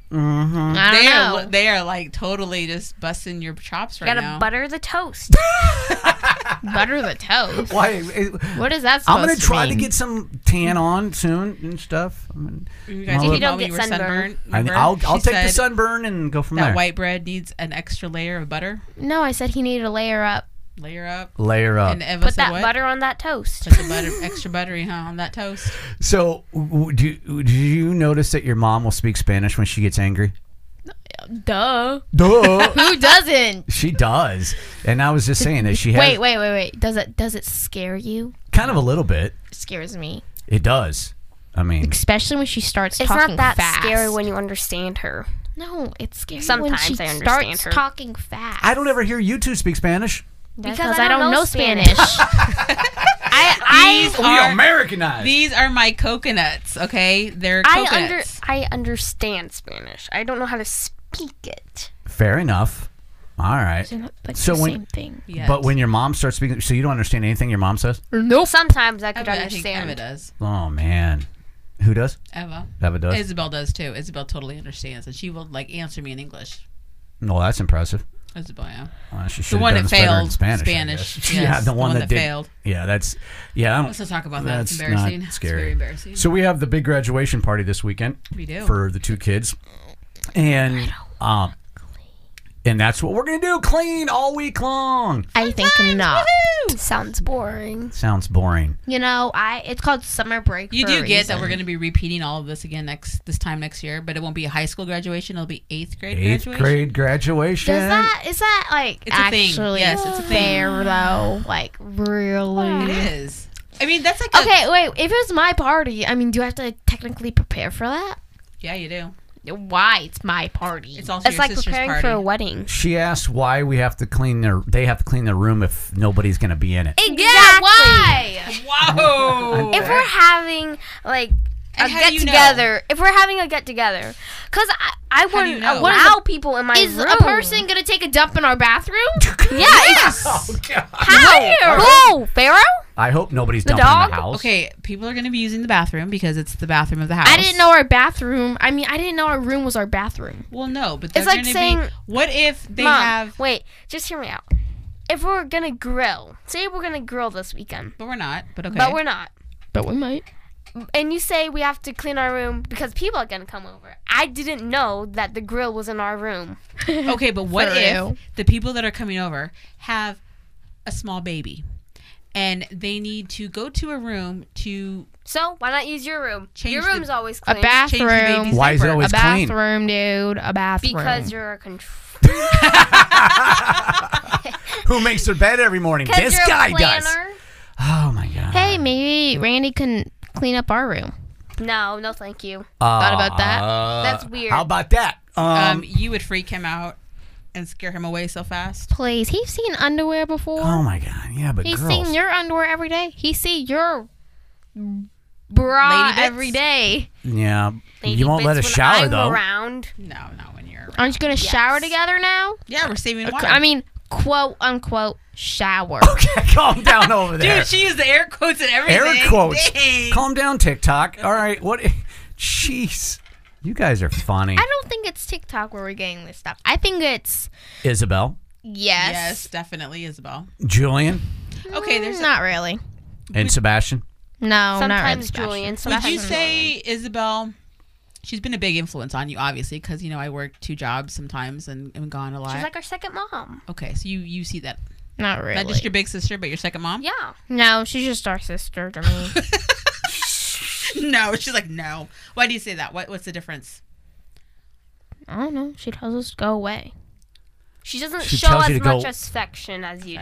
Speaker 1: Mm-hmm.
Speaker 5: I don't
Speaker 4: They
Speaker 5: know.
Speaker 4: are, they are like totally just busting your chops right
Speaker 2: Got to
Speaker 4: now.
Speaker 2: butter the toast.
Speaker 5: Butter the toast.
Speaker 1: Why?
Speaker 5: What is that supposed
Speaker 1: I'm gonna
Speaker 5: to
Speaker 1: try to
Speaker 5: mean?
Speaker 1: get some tan on soon and stuff. I'm gonna,
Speaker 4: you guys
Speaker 1: If you
Speaker 2: don't
Speaker 4: did tell me
Speaker 2: get
Speaker 4: you were sunburned.
Speaker 2: sunburned.
Speaker 1: I,
Speaker 4: remember?
Speaker 1: will I'll
Speaker 4: She
Speaker 1: take the
Speaker 4: said
Speaker 1: sunburn and go from
Speaker 4: That
Speaker 1: there.
Speaker 4: white bread needs an extra layer of butter.
Speaker 5: No, I said he needed to layer up.
Speaker 4: Layer up.
Speaker 1: Layer up.
Speaker 4: And Eva
Speaker 2: Put
Speaker 4: said
Speaker 2: that
Speaker 4: what?
Speaker 2: butter on that toast.
Speaker 4: Put the butter, extra buttery, huh, on that toast.
Speaker 1: So, w- do do you notice that your mom will speak Spanish when she gets angry?
Speaker 5: Duh.
Speaker 1: Duh.
Speaker 5: Who doesn't?
Speaker 1: she does. And I was just saying that she has
Speaker 5: Wait, wait, wait, wait. Does it does it scare you?
Speaker 1: kind of a little bit.
Speaker 5: It scares me,
Speaker 1: It does. I mean,
Speaker 5: especially when she starts
Speaker 2: It's
Speaker 5: talking
Speaker 2: not that
Speaker 5: fast.
Speaker 2: scary when you understand her.
Speaker 5: no, it's scary when
Speaker 2: Sometimes
Speaker 5: she
Speaker 2: I understand
Speaker 5: starts
Speaker 2: her.
Speaker 5: talking fast.
Speaker 1: I don't ever hear you two speak Spanish.
Speaker 5: because, I don't, know Spanish.
Speaker 2: I
Speaker 4: These are
Speaker 1: Americanized.
Speaker 4: These are my coconuts, okay? They're
Speaker 2: I
Speaker 4: coconuts.
Speaker 2: under I understand Spanish. I don't know how to speak it.
Speaker 1: Fair enough. All right.
Speaker 5: They're not like
Speaker 1: So
Speaker 5: the
Speaker 1: when-
Speaker 5: same thing.
Speaker 4: Yet.
Speaker 1: But when your mom starts speaking, so you don't understand anything your mom says?
Speaker 5: Nope.
Speaker 2: Sometimes I could
Speaker 4: Eva, I think Eva
Speaker 2: understand.
Speaker 4: does.
Speaker 1: Oh, man. Who does?
Speaker 4: Eva.
Speaker 1: Eva does?
Speaker 4: Isabel does too. Isabel totally understands, and she will like answer me in English.
Speaker 1: No, that's impressive.
Speaker 4: Isabel, yeah.
Speaker 1: Uh, she
Speaker 4: The
Speaker 1: should've
Speaker 4: one
Speaker 1: done
Speaker 4: that
Speaker 1: this better in
Speaker 4: failed.
Speaker 1: Spanish. I
Speaker 4: Spanish.
Speaker 1: guess.
Speaker 4: yes,
Speaker 1: yeah, the, one, that, did-
Speaker 4: failed.
Speaker 1: Yeah, that's. Yeah, I don't.
Speaker 4: Let's not talk about that. It's
Speaker 1: That's
Speaker 4: embarrassing.
Speaker 1: not
Speaker 4: It's
Speaker 1: scary.
Speaker 4: very embarrassing.
Speaker 1: So we have the big graduation party this weekend
Speaker 4: we do.
Speaker 1: for the two kids, and um, and that's what we're gonna do. Clean all week long.
Speaker 5: I think not.
Speaker 2: Sounds boring.
Speaker 1: Sounds boring.
Speaker 5: You know, I it's called summer break.
Speaker 4: you
Speaker 5: for
Speaker 4: do
Speaker 5: a
Speaker 4: get that we're
Speaker 5: reason.
Speaker 4: going to be repeating all of this again next this time next year, but it won't be a high school graduation. It'll be eighth grade
Speaker 1: Eighth
Speaker 4: graduation.
Speaker 1: grade graduation.
Speaker 5: Does that is that like
Speaker 4: It's a thing.
Speaker 5: actually
Speaker 4: Yes, it's a thing.
Speaker 5: fair though? Like
Speaker 4: It
Speaker 5: really?
Speaker 4: is. I mean, that's like a-
Speaker 5: Okay, wait. If it was my party, I mean, do I have to technically prepare for that?
Speaker 4: Yeah, you do.
Speaker 5: Why? It's my party.
Speaker 4: It's also
Speaker 2: It's
Speaker 4: your
Speaker 2: like
Speaker 4: sister's
Speaker 2: preparing
Speaker 4: party.
Speaker 2: for a wedding.
Speaker 1: She asked why we have to clean their they have to clean their room if nobody's going to be in it.
Speaker 2: Exactly.
Speaker 5: yeah, why?
Speaker 4: Whoa!
Speaker 2: If we're having like a
Speaker 4: And how do
Speaker 2: get
Speaker 4: you know?
Speaker 2: together, if we're having a get together, because I, I
Speaker 4: do you
Speaker 2: wouldn't
Speaker 4: know?
Speaker 2: allow people in my
Speaker 5: Is
Speaker 2: room.
Speaker 5: a person gonna take a dump in our bathroom?
Speaker 2: Yeah. Yes.
Speaker 1: Oh, God.
Speaker 2: How? Who? Pharaoh?
Speaker 1: I hope nobody's
Speaker 2: The
Speaker 1: dumping in
Speaker 2: dog?
Speaker 1: the house.
Speaker 4: Okay, people are going to be using the bathroom because it's the bathroom of the house.
Speaker 5: I didn't know our bathroom. I mean, I didn't know our room was our bathroom.
Speaker 4: Well, no, but they're
Speaker 2: It's like
Speaker 4: gonna
Speaker 2: saying-
Speaker 4: be, what if they
Speaker 2: Mom,
Speaker 4: have?
Speaker 2: wait. Just hear me out. If we're gonna grill, say we're gonna grill this weekend,
Speaker 4: But we're not. But okay.
Speaker 2: but we're not.
Speaker 5: But we might.
Speaker 2: and you say we have to clean our room because people are gonna come over. I didn't know that the grill was in our room.
Speaker 4: okay, but what
Speaker 5: For
Speaker 4: if
Speaker 5: real.
Speaker 4: the people that are coming over have a small baby, and they need to go to a room to
Speaker 2: So why not use your room?
Speaker 4: Change
Speaker 2: your
Speaker 4: the-
Speaker 2: room's always
Speaker 5: A
Speaker 2: clean.
Speaker 4: change the baby's
Speaker 5: bathroom.
Speaker 1: Why is it
Speaker 4: diaper.
Speaker 5: A
Speaker 1: always clean?
Speaker 5: bathroom, dude. A bathroom.
Speaker 2: because you're a control.
Speaker 1: Who makes their bed every morning? This guy does. Oh my god.
Speaker 5: hey, maybe Randy can clean up our room.
Speaker 2: No, no, thank you.
Speaker 1: Thought
Speaker 5: about that?
Speaker 2: That's weird.
Speaker 1: Uh, How about that? Um,
Speaker 4: Um, you would freak him out and scare him away so fast.
Speaker 5: Please, he's seen underwear before.
Speaker 1: oh my god. Yeah, but
Speaker 5: he's
Speaker 1: girls.
Speaker 5: seen your underwear every day. He see your bra
Speaker 4: Lady bits?
Speaker 5: every day.
Speaker 1: yeah.
Speaker 2: Lady
Speaker 1: you won't let
Speaker 2: bits
Speaker 1: us
Speaker 2: when
Speaker 1: shower
Speaker 2: I'm
Speaker 1: though.
Speaker 2: Around.
Speaker 4: No, not when you're.
Speaker 5: Aren't you gonna shower together now?
Speaker 4: Yeah, we're saving water.
Speaker 5: I mean, quote unquote shower.
Speaker 1: Okay, calm down over there.
Speaker 4: dude, she used the air quotes and everything.
Speaker 1: Air quotes.
Speaker 4: Dang.
Speaker 1: Calm down, TikTok. All right, what? Jeez, you guys are funny,
Speaker 5: I don't think it's TikTok where we're getting this stuff. I think it's
Speaker 1: Isabel,
Speaker 5: yes.
Speaker 4: Yes, definitely, Isabel.
Speaker 1: Julian,
Speaker 4: Okay, there's a-
Speaker 5: Mm, not really.
Speaker 1: and Sebastian.
Speaker 5: No,
Speaker 2: Sometimes
Speaker 5: Oh, not really.
Speaker 2: Julian.
Speaker 4: Would
Speaker 2: Sometimes
Speaker 4: you say Isabel? She's been a big influence on you, obviously, because you know I work two jobs sometimes and am gone a lot.
Speaker 2: she's like our second mom?
Speaker 4: okay, so you you see that
Speaker 5: Not really.
Speaker 4: not just your big sister, but your second mom.
Speaker 2: Yeah.
Speaker 5: no, she's just our sister to me.
Speaker 4: no, she's like no. Why do you say that? What what's the difference?
Speaker 5: I don't know. She tells us to go away.
Speaker 2: She doesn't
Speaker 1: She
Speaker 2: show
Speaker 1: tells
Speaker 2: as
Speaker 1: you
Speaker 2: much
Speaker 1: to go-
Speaker 2: affection as you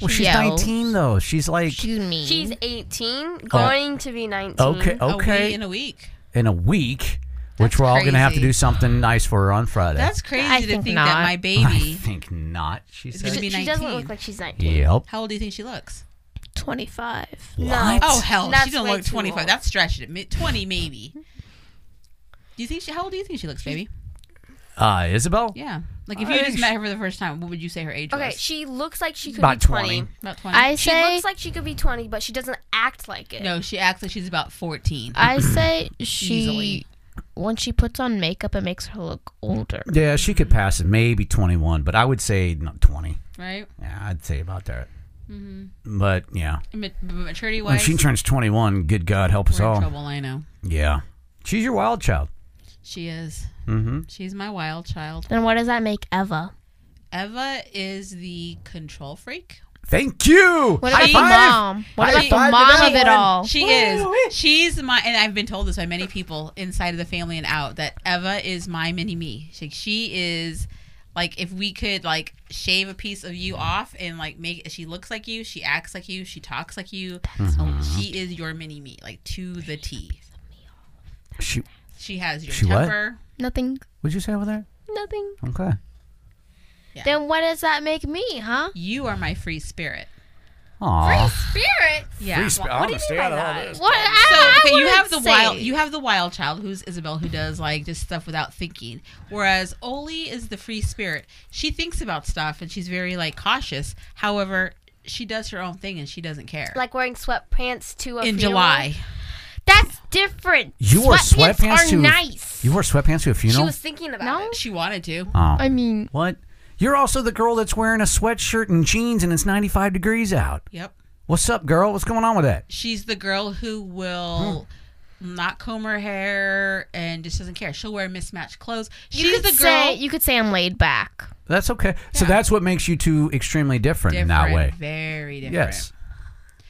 Speaker 1: Well, she's
Speaker 5: yells.
Speaker 1: 19 though. She's like
Speaker 5: She's mean.
Speaker 2: do. She's 18, going to be 19.
Speaker 1: okay,
Speaker 4: Mm, a
Speaker 1: okay,
Speaker 4: week in a week.
Speaker 1: in a week, which we're all gonna have to
Speaker 4: crazy.
Speaker 1: do something nice for her on Friday.
Speaker 4: That's crazy
Speaker 5: I
Speaker 4: to think,
Speaker 5: think
Speaker 4: that
Speaker 5: not.
Speaker 4: my
Speaker 1: I
Speaker 4: baby.
Speaker 1: think not. She
Speaker 4: gonna
Speaker 1: said.
Speaker 4: be
Speaker 2: She doesn't
Speaker 4: 19.
Speaker 2: look like she's 19.
Speaker 1: Yep.
Speaker 4: How old do you think she looks?
Speaker 5: 25.
Speaker 2: No.
Speaker 1: What?
Speaker 4: Oh hell,
Speaker 2: That's
Speaker 4: she doesn't
Speaker 2: way
Speaker 4: look
Speaker 2: too
Speaker 4: twenty five.
Speaker 2: old.
Speaker 4: That's stretching it. Mid- Twenty maybe. Do you think she? How old do you think she looks, baby?
Speaker 1: Uh, Isabel.
Speaker 4: Yeah, like if
Speaker 1: I
Speaker 4: you
Speaker 1: think
Speaker 4: just
Speaker 1: she-
Speaker 4: met her for the first time, what would you say her age
Speaker 2: Okay,
Speaker 4: was?
Speaker 2: she looks like she could
Speaker 1: About
Speaker 2: be 20.
Speaker 1: 20.
Speaker 4: About twenty.
Speaker 5: I
Speaker 2: She
Speaker 5: say.
Speaker 2: looks like she could be 20, but she doesn't act like it.
Speaker 4: No, she acts like she's about 14.
Speaker 5: I say she.
Speaker 4: Easily.
Speaker 5: When she puts on makeup, it makes her look older.
Speaker 1: Yeah, she could pass it, maybe 21, but I would say not 20.
Speaker 4: right?
Speaker 1: Yeah, I'd say about that.
Speaker 4: Mm-hmm.
Speaker 1: But yeah,
Speaker 4: Maturity
Speaker 1: when
Speaker 4: wise,
Speaker 1: she turns 21, good God help us
Speaker 4: we're
Speaker 1: all.
Speaker 4: in trouble, I know.
Speaker 1: Yeah. She's your wild child.
Speaker 4: She is.
Speaker 1: Mm-hmm.
Speaker 4: She's my wild child.
Speaker 5: Then what does that make Eva?
Speaker 4: Eva is the control freak.
Speaker 1: Thank you.
Speaker 5: What
Speaker 1: High
Speaker 5: about the
Speaker 1: five.
Speaker 5: mom? What
Speaker 1: High
Speaker 5: about the
Speaker 1: five to
Speaker 5: mom
Speaker 1: that
Speaker 5: of it
Speaker 1: one.
Speaker 5: all?
Speaker 4: She is. She's my, and I've been told this by many people inside of the family and out that Eva is my mini me. She, she is, like, if we could, like, shave a piece of you off and, like, make she looks like you, she acts like you, she talks like you. um, She is your mini me, like, to the T.
Speaker 1: She,
Speaker 4: She has your
Speaker 1: She what?
Speaker 4: temper.
Speaker 5: Nothing.
Speaker 1: what'd you say over there?
Speaker 5: Nothing.
Speaker 1: Okay.
Speaker 5: Then what does that make me, huh?
Speaker 4: You are my free spirit.
Speaker 1: Aww.
Speaker 5: Spirit.
Speaker 4: Yeah.
Speaker 1: sp- I don't understand all this.
Speaker 5: What?
Speaker 4: So
Speaker 5: I,
Speaker 4: okay, you have the
Speaker 5: wouldn't
Speaker 4: wild
Speaker 5: say-
Speaker 4: you have the wild child who's Isabel who does like just stuff without thinking. Whereas Oli is the free spirit. She thinks about stuff and she's very like cautious. However, she does her own thing and she doesn't care.
Speaker 2: Like wearing sweatpants to a
Speaker 4: in
Speaker 2: funeral.
Speaker 4: July.
Speaker 5: That's different.
Speaker 1: You wore sweatpants
Speaker 5: are
Speaker 1: to-
Speaker 5: nice.
Speaker 1: You wore sweatpants to a
Speaker 2: She
Speaker 1: funeral?
Speaker 2: was thinking about
Speaker 5: No?
Speaker 2: it.
Speaker 4: She wanted to.
Speaker 1: oh.
Speaker 5: I mean,
Speaker 1: what? You're also the girl that's wearing a sweatshirt and jeans and it's 95 degrees out.
Speaker 4: Yep.
Speaker 1: What's up, girl? What's going on with that?
Speaker 4: She's the girl who will
Speaker 1: Hmm.
Speaker 4: not comb her hair and just doesn't care. She'll wear mismatched clothes. She's
Speaker 5: you could
Speaker 4: the girl
Speaker 5: say you could say I'm laid back.
Speaker 1: That's okay. So that's what makes you two extremely different, in that way.
Speaker 4: Very different.
Speaker 1: Yes.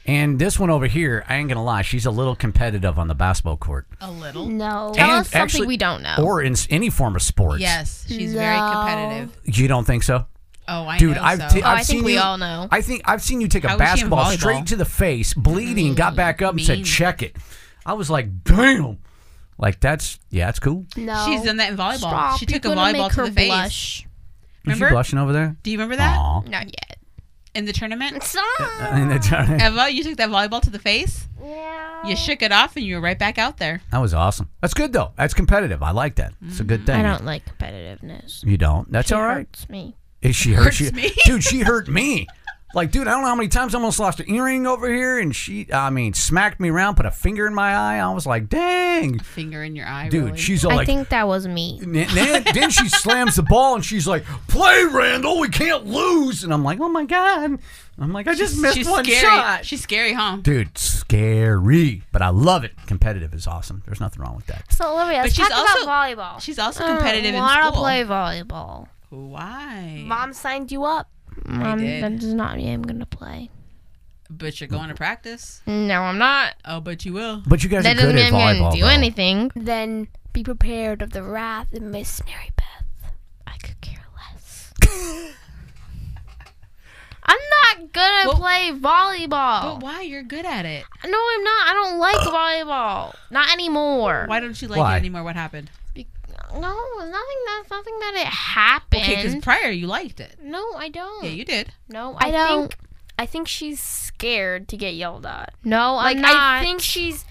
Speaker 1: And this one over here, I ain't gonna lie, she's a little competitive on the basketball court,
Speaker 4: A little.
Speaker 5: No. Tell
Speaker 1: And
Speaker 5: us something
Speaker 1: actually-
Speaker 5: we don't know.
Speaker 1: or in s- any form of sports.
Speaker 4: Yes, she's very
Speaker 5: No.
Speaker 4: competitive.
Speaker 1: You don't think so?
Speaker 4: Oh, I
Speaker 1: Dude,
Speaker 4: know.
Speaker 1: I've,
Speaker 4: so.
Speaker 1: t-
Speaker 5: I
Speaker 1: I've
Speaker 5: think
Speaker 1: seen
Speaker 5: we
Speaker 1: you,
Speaker 5: all know.
Speaker 1: I think I've seen you take
Speaker 4: How
Speaker 1: a
Speaker 4: was she in
Speaker 1: basketball
Speaker 4: volleyball?
Speaker 1: straight to the face, bleeding, got back up and said,
Speaker 4: mean.
Speaker 1: "Check it." I was like, "Damn!" Like that's yeah, that's cool.
Speaker 5: No.
Speaker 4: She's done that in volleyball.
Speaker 5: Stop.
Speaker 4: She took a
Speaker 5: You're gonna
Speaker 4: volleyball
Speaker 5: make
Speaker 4: to
Speaker 5: her
Speaker 4: the face.
Speaker 5: blush.
Speaker 1: Is she
Speaker 4: Remember?
Speaker 1: blushing over there?
Speaker 4: Do you remember that
Speaker 1: Aw.
Speaker 5: Not yet.
Speaker 4: in the tournament?
Speaker 2: Stop.
Speaker 1: And that's all right.
Speaker 4: Eva, you took that volleyball to the face.
Speaker 2: Yeah.
Speaker 4: You shook it off, and you were right back out there.
Speaker 1: That was awesome. That's good though. That's competitive. I like that. It's a
Speaker 4: Mm,
Speaker 1: good thing.
Speaker 5: I don't like competitiveness.
Speaker 1: You don't. That's
Speaker 5: It
Speaker 1: all right.
Speaker 5: hurts me.
Speaker 1: Is she hurt
Speaker 4: Hurts
Speaker 1: you?
Speaker 4: me.
Speaker 1: Dude, she hurt me. Like, dude, I don't know how many times I almost lost an earring over here, and she, I mean, smacked me around, put a finger in my eye. I was like, dang.
Speaker 4: Finger in your eye,
Speaker 1: Dude,
Speaker 4: really.
Speaker 1: she's all
Speaker 5: I
Speaker 1: like,
Speaker 5: think that was me.
Speaker 1: and then, then she slams the ball and she's like, play, Randall, we can't lose. And I'm like, oh my God. I'm like, I just missed
Speaker 4: she's
Speaker 1: one
Speaker 4: scary.
Speaker 1: shot.
Speaker 4: She's scary, huh?
Speaker 1: Dude, scary, but I love it. Competitive is awesome. There's nothing wrong with that.
Speaker 2: So Olivia, let's
Speaker 4: she's
Speaker 2: talk
Speaker 4: also-
Speaker 2: about volleyball.
Speaker 4: She's also competitive in
Speaker 5: wanna
Speaker 4: school.
Speaker 5: play volleyball.
Speaker 4: Why?
Speaker 2: Mom signed you up.
Speaker 5: Mom,
Speaker 4: did.
Speaker 5: that does not mean I'm gonna play.
Speaker 4: But you're going to practice.
Speaker 5: No, I'm not.
Speaker 4: Oh, but you will.
Speaker 1: But you guys
Speaker 5: That
Speaker 1: are good
Speaker 5: doesn't
Speaker 1: at
Speaker 5: mean I'm
Speaker 1: volleyball.
Speaker 5: gonna do
Speaker 1: though.
Speaker 5: anything.
Speaker 2: Then be prepared of the wrath of Miss Mary Beth.
Speaker 5: I could care less. I'm not gonna
Speaker 4: Well-
Speaker 5: play volleyball.
Speaker 4: But why? You're good at it.
Speaker 5: No, I'm not. I don't like volleyball. Not anymore.
Speaker 4: Why don't you like
Speaker 1: Why?
Speaker 4: it anymore? What happened?
Speaker 5: Be- no, nothing. That's nothing that it happened.
Speaker 4: Okay, because prior you liked it.
Speaker 5: no, I don't.
Speaker 4: Yeah, you did.
Speaker 5: no,
Speaker 2: I,
Speaker 5: I, don't.
Speaker 2: think I think she's scared to get yelled at.
Speaker 5: no,
Speaker 2: Like
Speaker 5: I'm not.
Speaker 2: I think she's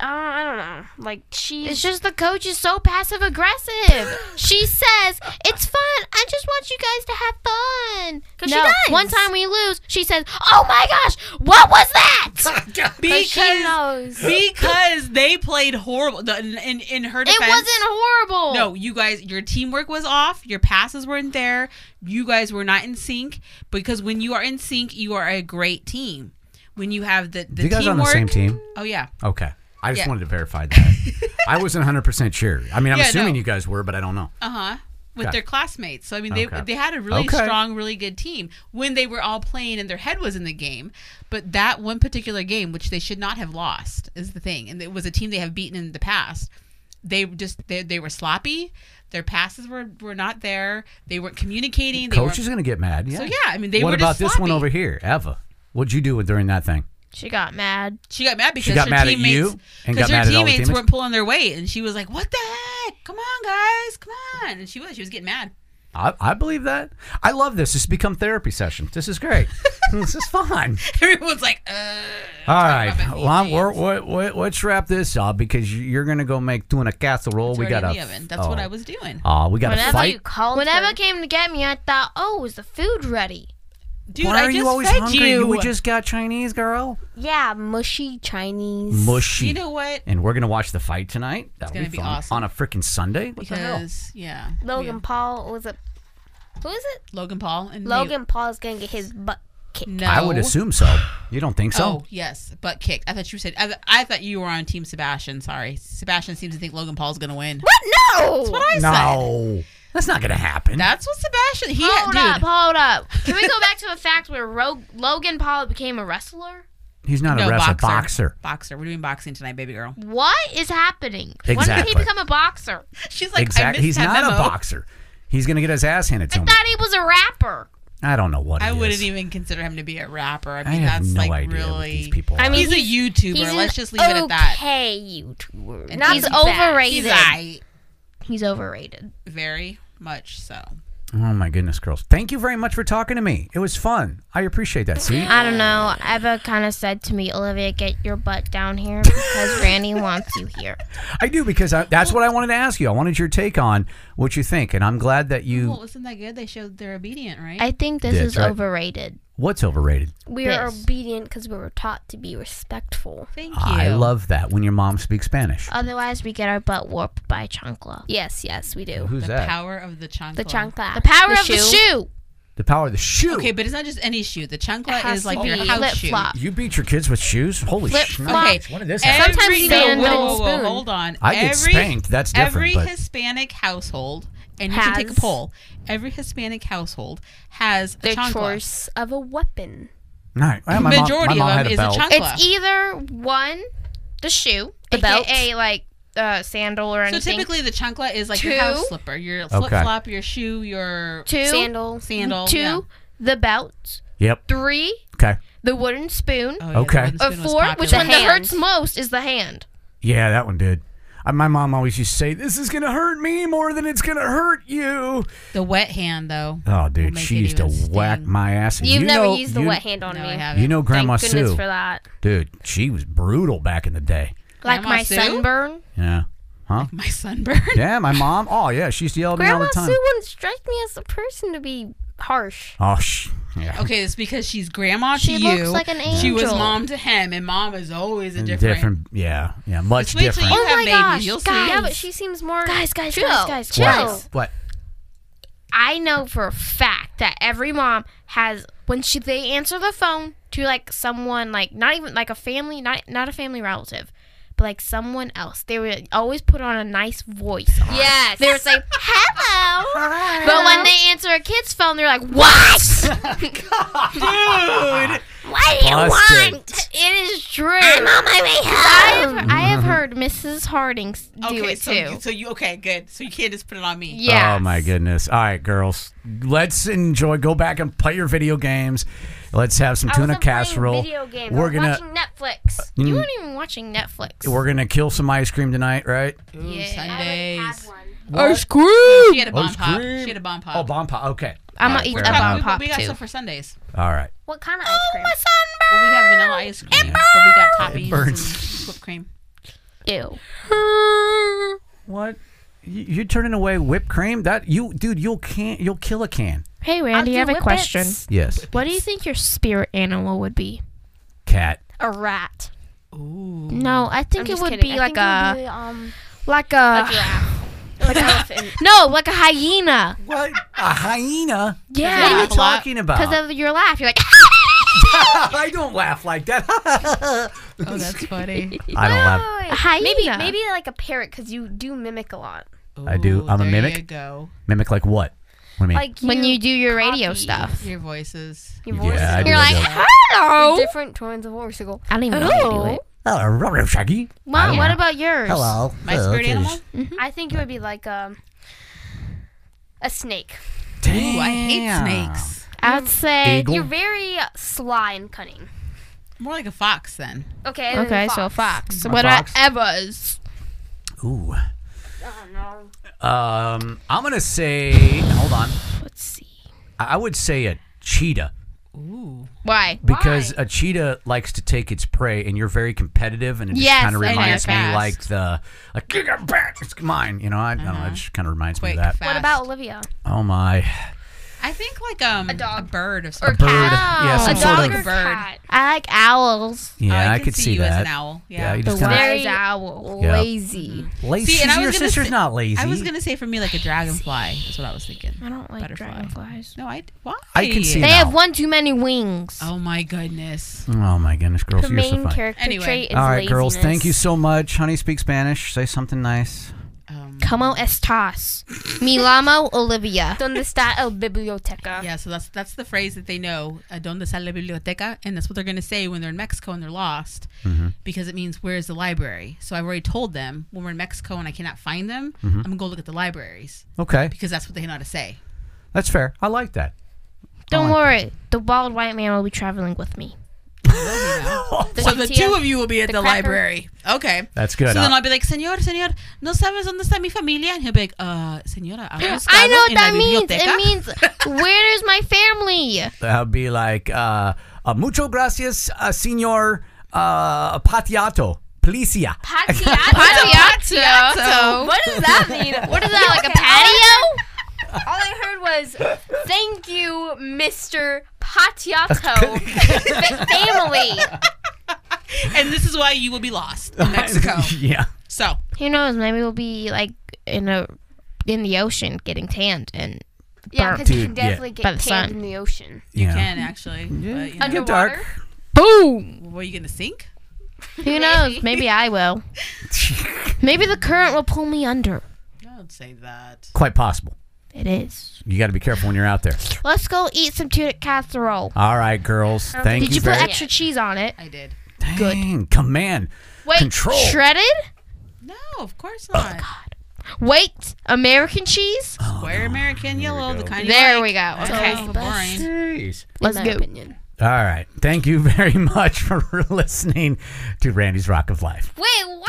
Speaker 2: uh, I don't know. Like she's
Speaker 5: It's just the coach is so passive aggressive. she says, It's fun. I just want you guys to have fun.
Speaker 2: 'Cause she does.
Speaker 5: One time we lose, she says, Oh my gosh, what was that?
Speaker 2: But she
Speaker 4: Because
Speaker 2: knows.
Speaker 4: because they played horrible. the- In in, in her
Speaker 5: it
Speaker 4: defense,
Speaker 5: wasn't horrible.
Speaker 1: Oh.
Speaker 4: No, you guys, your teamwork was off. Your passes weren't there. You guys were not in sync because when you are in sync, you are a great team. When you have the the
Speaker 1: you guys on
Speaker 4: teamwork,
Speaker 1: the same team?
Speaker 4: oh yeah,
Speaker 1: Okay. I just
Speaker 4: Yeah.
Speaker 1: wanted to verify that. I wasn't 100% sure. I mean, I'm
Speaker 4: Yeah,
Speaker 1: assuming
Speaker 4: no.
Speaker 1: you guys were, but I don't know.
Speaker 4: uh huh, with
Speaker 1: Okay.
Speaker 4: their classmates. So I mean, they
Speaker 1: Okay.
Speaker 4: they had a really
Speaker 1: Okay.
Speaker 4: strong, really good team when they were all playing and their head was in the game. But that one particular game, which they should not have lost, is the thing, and it was a team they have beaten in the past. They just they, they were sloppy. Their passes were were not there. They weren't communicating. They
Speaker 1: Coach
Speaker 4: weren't-
Speaker 1: is going to get mad. Yeah.
Speaker 4: So yeah, I mean they
Speaker 1: what
Speaker 4: were
Speaker 1: about
Speaker 4: just
Speaker 1: this one
Speaker 4: sloppy.
Speaker 1: over here, Eva? What'd you do with- during that thing?
Speaker 5: She got mad.
Speaker 4: She got mad because
Speaker 1: got
Speaker 4: her
Speaker 1: mad at you
Speaker 4: teammates
Speaker 1: and got
Speaker 4: because her
Speaker 1: mad at all the
Speaker 4: teammates,
Speaker 1: teammates?
Speaker 4: weren't pulling their weight, and she was like, "What the heck? Come on, guys, come on!" And she was she was getting mad.
Speaker 1: I, I believe that. I love this. This has become therapy session. This is great. this is fun.
Speaker 4: Everyone's like, "Uh."
Speaker 1: All right.
Speaker 4: about
Speaker 1: Well, I'm,
Speaker 4: BJs.
Speaker 1: we're, we're, we're, let's wrap this up because you- you're going to go make tuna casserole.
Speaker 4: it's
Speaker 1: we
Speaker 4: already
Speaker 1: got
Speaker 4: in the oven. That's what I was doing,
Speaker 1: Oh, we got to
Speaker 5: Whenever
Speaker 1: fight.
Speaker 2: you called
Speaker 5: When Emma
Speaker 2: her.
Speaker 5: came to get me, I thought, Oh, is the food ready?
Speaker 4: dude.
Speaker 1: Why
Speaker 4: I
Speaker 1: are
Speaker 4: just
Speaker 1: you always
Speaker 4: fed
Speaker 1: hungry?
Speaker 4: you.
Speaker 1: We just got Chinese, girl.
Speaker 2: yeah, mushy Chinese.
Speaker 1: Mushy.
Speaker 4: you know what?
Speaker 1: and we're going to watch the fight tonight. That'll
Speaker 4: gonna
Speaker 1: be
Speaker 4: be
Speaker 1: fun.
Speaker 4: awesome.
Speaker 1: On a freaking Sunday? What the hell?
Speaker 4: Because yeah,
Speaker 2: Logan
Speaker 4: yeah.
Speaker 2: Paul was a who is it?
Speaker 4: Logan Paul, and
Speaker 2: Logan Paul's gonna get his butt kicked.
Speaker 4: No,
Speaker 1: I would assume so. You don't think so?
Speaker 4: Oh yes, butt kick. I thought you said. I, th- I thought you were on Team Sebastian. Sorry, Sebastian seems to think Logan Paul's gonna win.
Speaker 2: What? No.
Speaker 4: That's what I said.
Speaker 1: no. That's not going to happen.
Speaker 4: That's what Sebastian. He
Speaker 5: Hold
Speaker 4: dude.
Speaker 5: up, hold up. Can we go back to a fact where Ro- Logan Paul became a wrestler?
Speaker 1: He's not a
Speaker 4: No,
Speaker 1: wrestler.
Speaker 4: boxer.
Speaker 1: Boxer.
Speaker 4: Boxer. We're doing boxing tonight, baby girl.
Speaker 5: What is happening? When did
Speaker 1: Exactly.
Speaker 5: he become a boxer?
Speaker 4: She's like, I missed
Speaker 1: exactly. He's
Speaker 4: that
Speaker 1: not a
Speaker 4: memo.
Speaker 1: boxer. He's going to get his ass handed to
Speaker 5: I
Speaker 1: him.
Speaker 5: thought he was a rapper.
Speaker 1: I don't know what
Speaker 4: I
Speaker 1: it
Speaker 4: wouldn't
Speaker 1: is.
Speaker 4: even consider him to be a rapper. I
Speaker 1: I
Speaker 4: mean,
Speaker 1: have
Speaker 4: that's
Speaker 1: no
Speaker 4: like
Speaker 1: idea
Speaker 4: really.
Speaker 1: what these people
Speaker 5: I
Speaker 1: are.
Speaker 5: mean,
Speaker 4: he's, a YouTuber.
Speaker 2: He's
Speaker 4: Let's
Speaker 2: an
Speaker 4: just leave it at that.
Speaker 2: Okay, YouTuber.
Speaker 5: He's overrated.
Speaker 4: He's I
Speaker 5: He's overrated.
Speaker 4: very much so.
Speaker 1: Oh my goodness, girls! Thank you very much for talking to me. It was fun. I appreciate that. See,
Speaker 5: I don't know. Eva kind of said to me, Olivia, get your butt down here because Randy wants you here.
Speaker 1: I do because I, that's what I wanted to ask you. I wanted your take on what you think, and I'm glad that you.
Speaker 4: Well, isn't that good? They showed they're obedient, right?
Speaker 5: I think this
Speaker 1: That's
Speaker 5: is
Speaker 1: right.
Speaker 5: overrated.
Speaker 1: What's overrated?
Speaker 2: We are
Speaker 5: Yes.
Speaker 2: obedient because we were taught to be respectful.
Speaker 4: Thank you. Uh,
Speaker 1: I love that when your mom speaks Spanish.
Speaker 5: Otherwise, we get our butt warped by chancla.
Speaker 2: Yes, yes, we do.
Speaker 1: Who's
Speaker 4: the
Speaker 1: that?
Speaker 4: power of the chancla.
Speaker 2: The chancla.
Speaker 5: The power of the shoe.
Speaker 1: the power of the shoe.
Speaker 4: Okay, but it's not just any shoe. The chancla
Speaker 2: has
Speaker 4: is like
Speaker 2: to
Speaker 4: your
Speaker 2: be
Speaker 4: house
Speaker 5: Flip
Speaker 4: shoe.
Speaker 5: flop.
Speaker 1: you beat your kids with shoes? Holy
Speaker 5: Flip
Speaker 1: shit!
Speaker 5: flop.
Speaker 4: Okay.
Speaker 1: When did this happen?
Speaker 4: Every,
Speaker 5: Sometimes
Speaker 4: whoa,
Speaker 5: sandals.
Speaker 4: whoa, whoa,
Speaker 2: Spoon.
Speaker 4: hold on.
Speaker 1: I get
Speaker 4: every,
Speaker 1: spanked. That's different,
Speaker 4: Every
Speaker 1: but-
Speaker 4: Hispanic household, and you should take
Speaker 2: Has-
Speaker 4: a poll. Every Hispanic household has a
Speaker 2: The
Speaker 4: chancla.
Speaker 2: choice of a weapon.
Speaker 1: All right. Well, my mom-
Speaker 4: Majority
Speaker 1: my mom,
Speaker 4: of them
Speaker 1: had a
Speaker 4: is a
Speaker 1: belt.
Speaker 4: chancla.
Speaker 5: It's either one, the shoe,
Speaker 2: The
Speaker 5: aka like uh, sandal or
Speaker 4: So
Speaker 5: anything.
Speaker 4: typically, the chancla is like
Speaker 5: Two.
Speaker 4: your house slipper, your flip flop, your shoe, your
Speaker 5: two,
Speaker 2: Sandal.
Speaker 4: sandal.
Speaker 5: two,
Speaker 4: yeah.
Speaker 5: the belt.
Speaker 1: Yep.
Speaker 5: Three,
Speaker 1: Okay.
Speaker 5: the wooden spoon.
Speaker 4: Oh, yeah, the
Speaker 1: Okay.
Speaker 4: wooden
Speaker 5: Or
Speaker 4: spoon was
Speaker 5: four, which
Speaker 4: popular.
Speaker 5: one that
Speaker 2: hand.
Speaker 5: hurts most is the hand.
Speaker 1: Yeah, that one did. I, my mom always used to say, "This is gonna hurt me more than it's gonna hurt you."
Speaker 4: The wet hand, though.
Speaker 1: Oh, dude,
Speaker 4: make
Speaker 1: she
Speaker 4: it
Speaker 1: used to
Speaker 4: even
Speaker 1: whack
Speaker 4: sting.
Speaker 1: my ass. And
Speaker 2: You've
Speaker 1: you
Speaker 2: never
Speaker 1: know-
Speaker 2: used the
Speaker 1: you-
Speaker 2: wet hand on
Speaker 4: No,
Speaker 2: me.
Speaker 4: I haven't.
Speaker 1: You know, Grandma
Speaker 2: Thank goodness
Speaker 1: Sue,
Speaker 2: for that.
Speaker 1: dude, she was brutal back in the day.
Speaker 5: Like
Speaker 4: Grandma
Speaker 5: my
Speaker 4: Sue?
Speaker 5: sunburn.
Speaker 1: Yeah, huh?
Speaker 4: My sunburn.
Speaker 1: yeah, my mom. Oh, yeah, she used to yell at me all
Speaker 2: Grandma
Speaker 1: the time.
Speaker 2: Sue wouldn't strike me as a person to be harsh.
Speaker 1: Oh, sh- yeah.
Speaker 4: Okay, it's because she's grandma to
Speaker 5: She
Speaker 4: you.
Speaker 5: looks like an angel.
Speaker 4: She was mom to him, and mom is always a
Speaker 1: And
Speaker 4: different.
Speaker 1: yeah, yeah, much
Speaker 4: Just wait till
Speaker 1: different.
Speaker 4: you
Speaker 2: Oh
Speaker 4: have
Speaker 2: my
Speaker 4: babies.
Speaker 2: gosh,
Speaker 4: You'll see.
Speaker 5: guys.
Speaker 2: Yeah, but she seems more
Speaker 5: Guys, guys,
Speaker 2: chill.
Speaker 5: guys, guys,
Speaker 2: chill.
Speaker 5: guys.
Speaker 1: What?
Speaker 5: I know for a fact that every mom has when she they answer the phone to like someone like not even like a family not not a family relative, but like someone else. They would always put on a nice voice. On.
Speaker 2: Yes.
Speaker 5: They would say hello, but when they answer a kid's phone, they're like what?
Speaker 4: Dude,
Speaker 2: What do you
Speaker 1: Busted.
Speaker 2: want?
Speaker 5: it is true.
Speaker 2: I'm on my way
Speaker 5: I
Speaker 2: home.
Speaker 5: have, I
Speaker 1: Mm-hmm.
Speaker 5: have heard Mrs. Harding s- do
Speaker 4: okay,
Speaker 5: it
Speaker 4: so,
Speaker 5: too.
Speaker 4: you- so you okay? Good. So you can't just put it on me.
Speaker 5: yeah.
Speaker 1: Oh my goodness! All right, girls, let's enjoy. Go back and play your video games. Let's have some
Speaker 2: I
Speaker 1: tuna
Speaker 2: wasn't playing
Speaker 1: casserole.
Speaker 2: Video games.
Speaker 1: We're
Speaker 2: I was
Speaker 1: gonna mm.
Speaker 2: watching Netflix.
Speaker 5: You weren't even watching Netflix.
Speaker 1: we're gonna kill some ice cream tonight, right?
Speaker 4: Ooh,
Speaker 5: Yeah.
Speaker 4: Sundays.
Speaker 5: Ice cream.
Speaker 4: She had a
Speaker 1: Oh,
Speaker 4: bomb
Speaker 1: it's
Speaker 4: pop.
Speaker 1: cream.
Speaker 4: She had a bomb pop.
Speaker 1: Oh, bomb pop. Okay,
Speaker 5: I'm gonna eat
Speaker 4: We're
Speaker 5: a
Speaker 4: talking-
Speaker 5: bomb
Speaker 4: we-
Speaker 5: pop
Speaker 4: We got
Speaker 5: too.
Speaker 4: some for Sundays.
Speaker 1: all right.
Speaker 2: What kind of ice cream?
Speaker 4: Well, we have vanilla ice cream, but we got toppings
Speaker 1: burns.
Speaker 4: and whipped cream.
Speaker 5: Ew.
Speaker 1: What? You- You're turning away whipped cream? That you, dude, you'll can't. You'll kill a can.
Speaker 5: Hey Randy, I have a question.
Speaker 1: Yes,
Speaker 5: What do you think your spirit animal would be?
Speaker 1: cat.
Speaker 5: A rat.
Speaker 4: Ooh.
Speaker 5: No, I think it would be like a
Speaker 2: um,
Speaker 5: like a,
Speaker 2: giraffe. Like elephant.
Speaker 5: no, like a hyena.
Speaker 1: What? A hyena? What are
Speaker 5: Yeah,
Speaker 1: you talking
Speaker 5: because
Speaker 1: about?
Speaker 5: of your laugh, you're like.
Speaker 1: I don't laugh like that. I
Speaker 4: Oh, that's funny.
Speaker 1: don't laugh.
Speaker 2: Wait,
Speaker 5: A hyena.
Speaker 2: Maybe maybe like a parrot because you do mimic a lot.
Speaker 1: I do.
Speaker 4: Ooh,
Speaker 1: I'm a
Speaker 4: there
Speaker 1: mimic.
Speaker 4: You go.
Speaker 1: Mimic like what? What do you mean?
Speaker 2: Like
Speaker 5: when you do your radio
Speaker 2: copy.
Speaker 5: stuff.
Speaker 4: Your voices.
Speaker 2: your voice
Speaker 1: yeah, I
Speaker 2: is
Speaker 1: do.
Speaker 5: You're
Speaker 1: I
Speaker 5: like,
Speaker 1: do.
Speaker 5: hello.
Speaker 2: different tones of voice.
Speaker 5: I don't even know how to do
Speaker 2: Oh.
Speaker 5: it.
Speaker 1: Oh, rubber shaggy. I
Speaker 5: Mom,
Speaker 1: don't
Speaker 5: what
Speaker 1: know.
Speaker 5: about yours?
Speaker 4: My spirit animal.
Speaker 2: I think it would be like um, a snake.
Speaker 1: Damn.
Speaker 4: Ooh, I hate snakes.
Speaker 5: I'd say.
Speaker 1: Eagle.
Speaker 2: You're very sly and cunning.
Speaker 4: More like a fox then.
Speaker 2: Okay. and then
Speaker 5: Okay,
Speaker 2: fox.
Speaker 5: so fox.
Speaker 1: A
Speaker 5: what
Speaker 1: fox?
Speaker 5: about Eva's?
Speaker 1: Ooh.
Speaker 2: Oh, no.
Speaker 1: Um, I'm gonna say. Hold on.
Speaker 5: Let's see.
Speaker 1: I I would say a cheetah
Speaker 4: Ooh.
Speaker 5: Why?
Speaker 1: because a cheetah likes to take its prey, and you're very competitive, and it just
Speaker 5: Yes,
Speaker 1: kind of
Speaker 5: and
Speaker 4: you're
Speaker 1: reminds me
Speaker 4: fast.
Speaker 1: like the like "Get it back, it's mine. You know, I, I don't know. It just kind of reminds
Speaker 4: Quick,
Speaker 1: me of that.
Speaker 4: fast.
Speaker 2: What about Olivia?
Speaker 1: Oh my.
Speaker 4: I think like um a
Speaker 2: dog.
Speaker 4: bird of
Speaker 1: A
Speaker 4: some
Speaker 1: bird. Yeah,
Speaker 5: cow.
Speaker 1: some
Speaker 5: A
Speaker 1: sort
Speaker 2: Dog
Speaker 1: of.
Speaker 2: or
Speaker 4: a bird.
Speaker 2: cat?
Speaker 5: I like owls.
Speaker 1: Yeah,
Speaker 4: Oh,
Speaker 1: I, could see,
Speaker 4: you
Speaker 1: that.
Speaker 4: as an owl. Yeah.
Speaker 1: you
Speaker 5: The
Speaker 1: just kind of
Speaker 5: wise
Speaker 2: Very-
Speaker 5: owl.
Speaker 1: Yeah.
Speaker 5: Lazy.
Speaker 1: lazy.
Speaker 4: See, and I was
Speaker 1: Your
Speaker 4: gonna
Speaker 1: sister's
Speaker 4: say-
Speaker 1: not lazy.
Speaker 4: I was gonna say for me like a dragonfly. That's what I was thinking.
Speaker 5: I don't like
Speaker 4: Butterfly.
Speaker 5: dragonflies.
Speaker 4: No, I why?
Speaker 1: I can see
Speaker 5: They
Speaker 1: No.
Speaker 5: have one too many wings.
Speaker 4: Oh my goodness.
Speaker 1: Oh my goodness, girls,
Speaker 2: Her
Speaker 1: you're so
Speaker 2: main
Speaker 1: funny.
Speaker 2: character
Speaker 4: Anyway.
Speaker 2: trait is
Speaker 1: All right, girls, thank you
Speaker 2: laziness.
Speaker 1: so much. Honey, speak Spanish. Say something nice.
Speaker 4: Um,
Speaker 5: Como estas? Milamo Olivia.
Speaker 2: Donde está el biblioteca?
Speaker 4: yeah, so that's that's the phrase that they know. "A ¿Dónde está la biblioteca? And that's what they're gonna say when they're in Mexico and they're lost,
Speaker 1: Mm-hmm.
Speaker 4: because it means where is the library. So I've already told them when we're in Mexico and I cannot find them,
Speaker 1: Mm-hmm.
Speaker 4: I'm gonna go look at the libraries
Speaker 1: Okay,
Speaker 4: because that's what they know how to say.
Speaker 1: that's fair. I like that.
Speaker 5: Don't
Speaker 1: I like
Speaker 5: worry, the bald white man will be traveling with me.
Speaker 4: so the
Speaker 2: tortilla-
Speaker 4: two of you will be at the,
Speaker 2: cracker.
Speaker 4: library. Okay.
Speaker 1: That's good.
Speaker 4: So then
Speaker 1: I-
Speaker 4: I'll be like, Señor, Señor, ¿no sabes dónde está mi familia? And he'll be like, uh, Señora, ¿ha buscado
Speaker 5: I know what
Speaker 4: en la
Speaker 5: that means.
Speaker 4: biblioteca?"
Speaker 5: It means where is my family?
Speaker 1: I'll be like, uh, uh, mucho gracias, uh, senor uh, Patiato, Policia.
Speaker 5: Patiato.
Speaker 2: What does that mean?
Speaker 5: What is that like a
Speaker 2: Okay,
Speaker 5: patio?
Speaker 2: All I heard was, thank you, Mr. Patiato fa- family.
Speaker 4: And this is why you will be lost in Mexico.
Speaker 1: yeah.
Speaker 4: so,
Speaker 5: Who knows? Maybe we'll be like in a in the ocean getting tanned and
Speaker 2: Yeah,
Speaker 5: burnt.
Speaker 2: because you
Speaker 1: Dude,
Speaker 2: can definitely
Speaker 5: By
Speaker 2: get
Speaker 5: the
Speaker 2: tanned
Speaker 5: sun.
Speaker 2: in the ocean.
Speaker 1: You yeah.
Speaker 4: can actually. But, you know,
Speaker 1: Get
Speaker 2: Underwater?
Speaker 1: dark.
Speaker 5: Boom.
Speaker 4: were you going to sink?
Speaker 5: Who knows? Maybe I will. Maybe the current will pull me under.
Speaker 4: Don't say that.
Speaker 1: Quite possible.
Speaker 5: It is.
Speaker 1: You got to be careful when you're out there.
Speaker 5: Let's go eat some tuna casserole.
Speaker 1: All right, girls. Thank
Speaker 5: Did you put
Speaker 1: very
Speaker 5: extra cheese on it?
Speaker 4: I did.
Speaker 5: good?
Speaker 1: Dang, command.
Speaker 5: Wait,
Speaker 1: Control.
Speaker 5: shredded?
Speaker 4: No, of course not.
Speaker 5: Wait, American cheese?
Speaker 4: Square American yellow, the
Speaker 1: go.
Speaker 4: kind
Speaker 5: There
Speaker 4: you
Speaker 5: we go.
Speaker 4: like.
Speaker 5: Okay.
Speaker 4: Oh, boring.
Speaker 1: Jeez.
Speaker 5: Let's
Speaker 2: my
Speaker 5: go.
Speaker 2: opinion.
Speaker 1: All right. Thank you very much for listening to Randy's Rock of Life.
Speaker 2: Wait, what?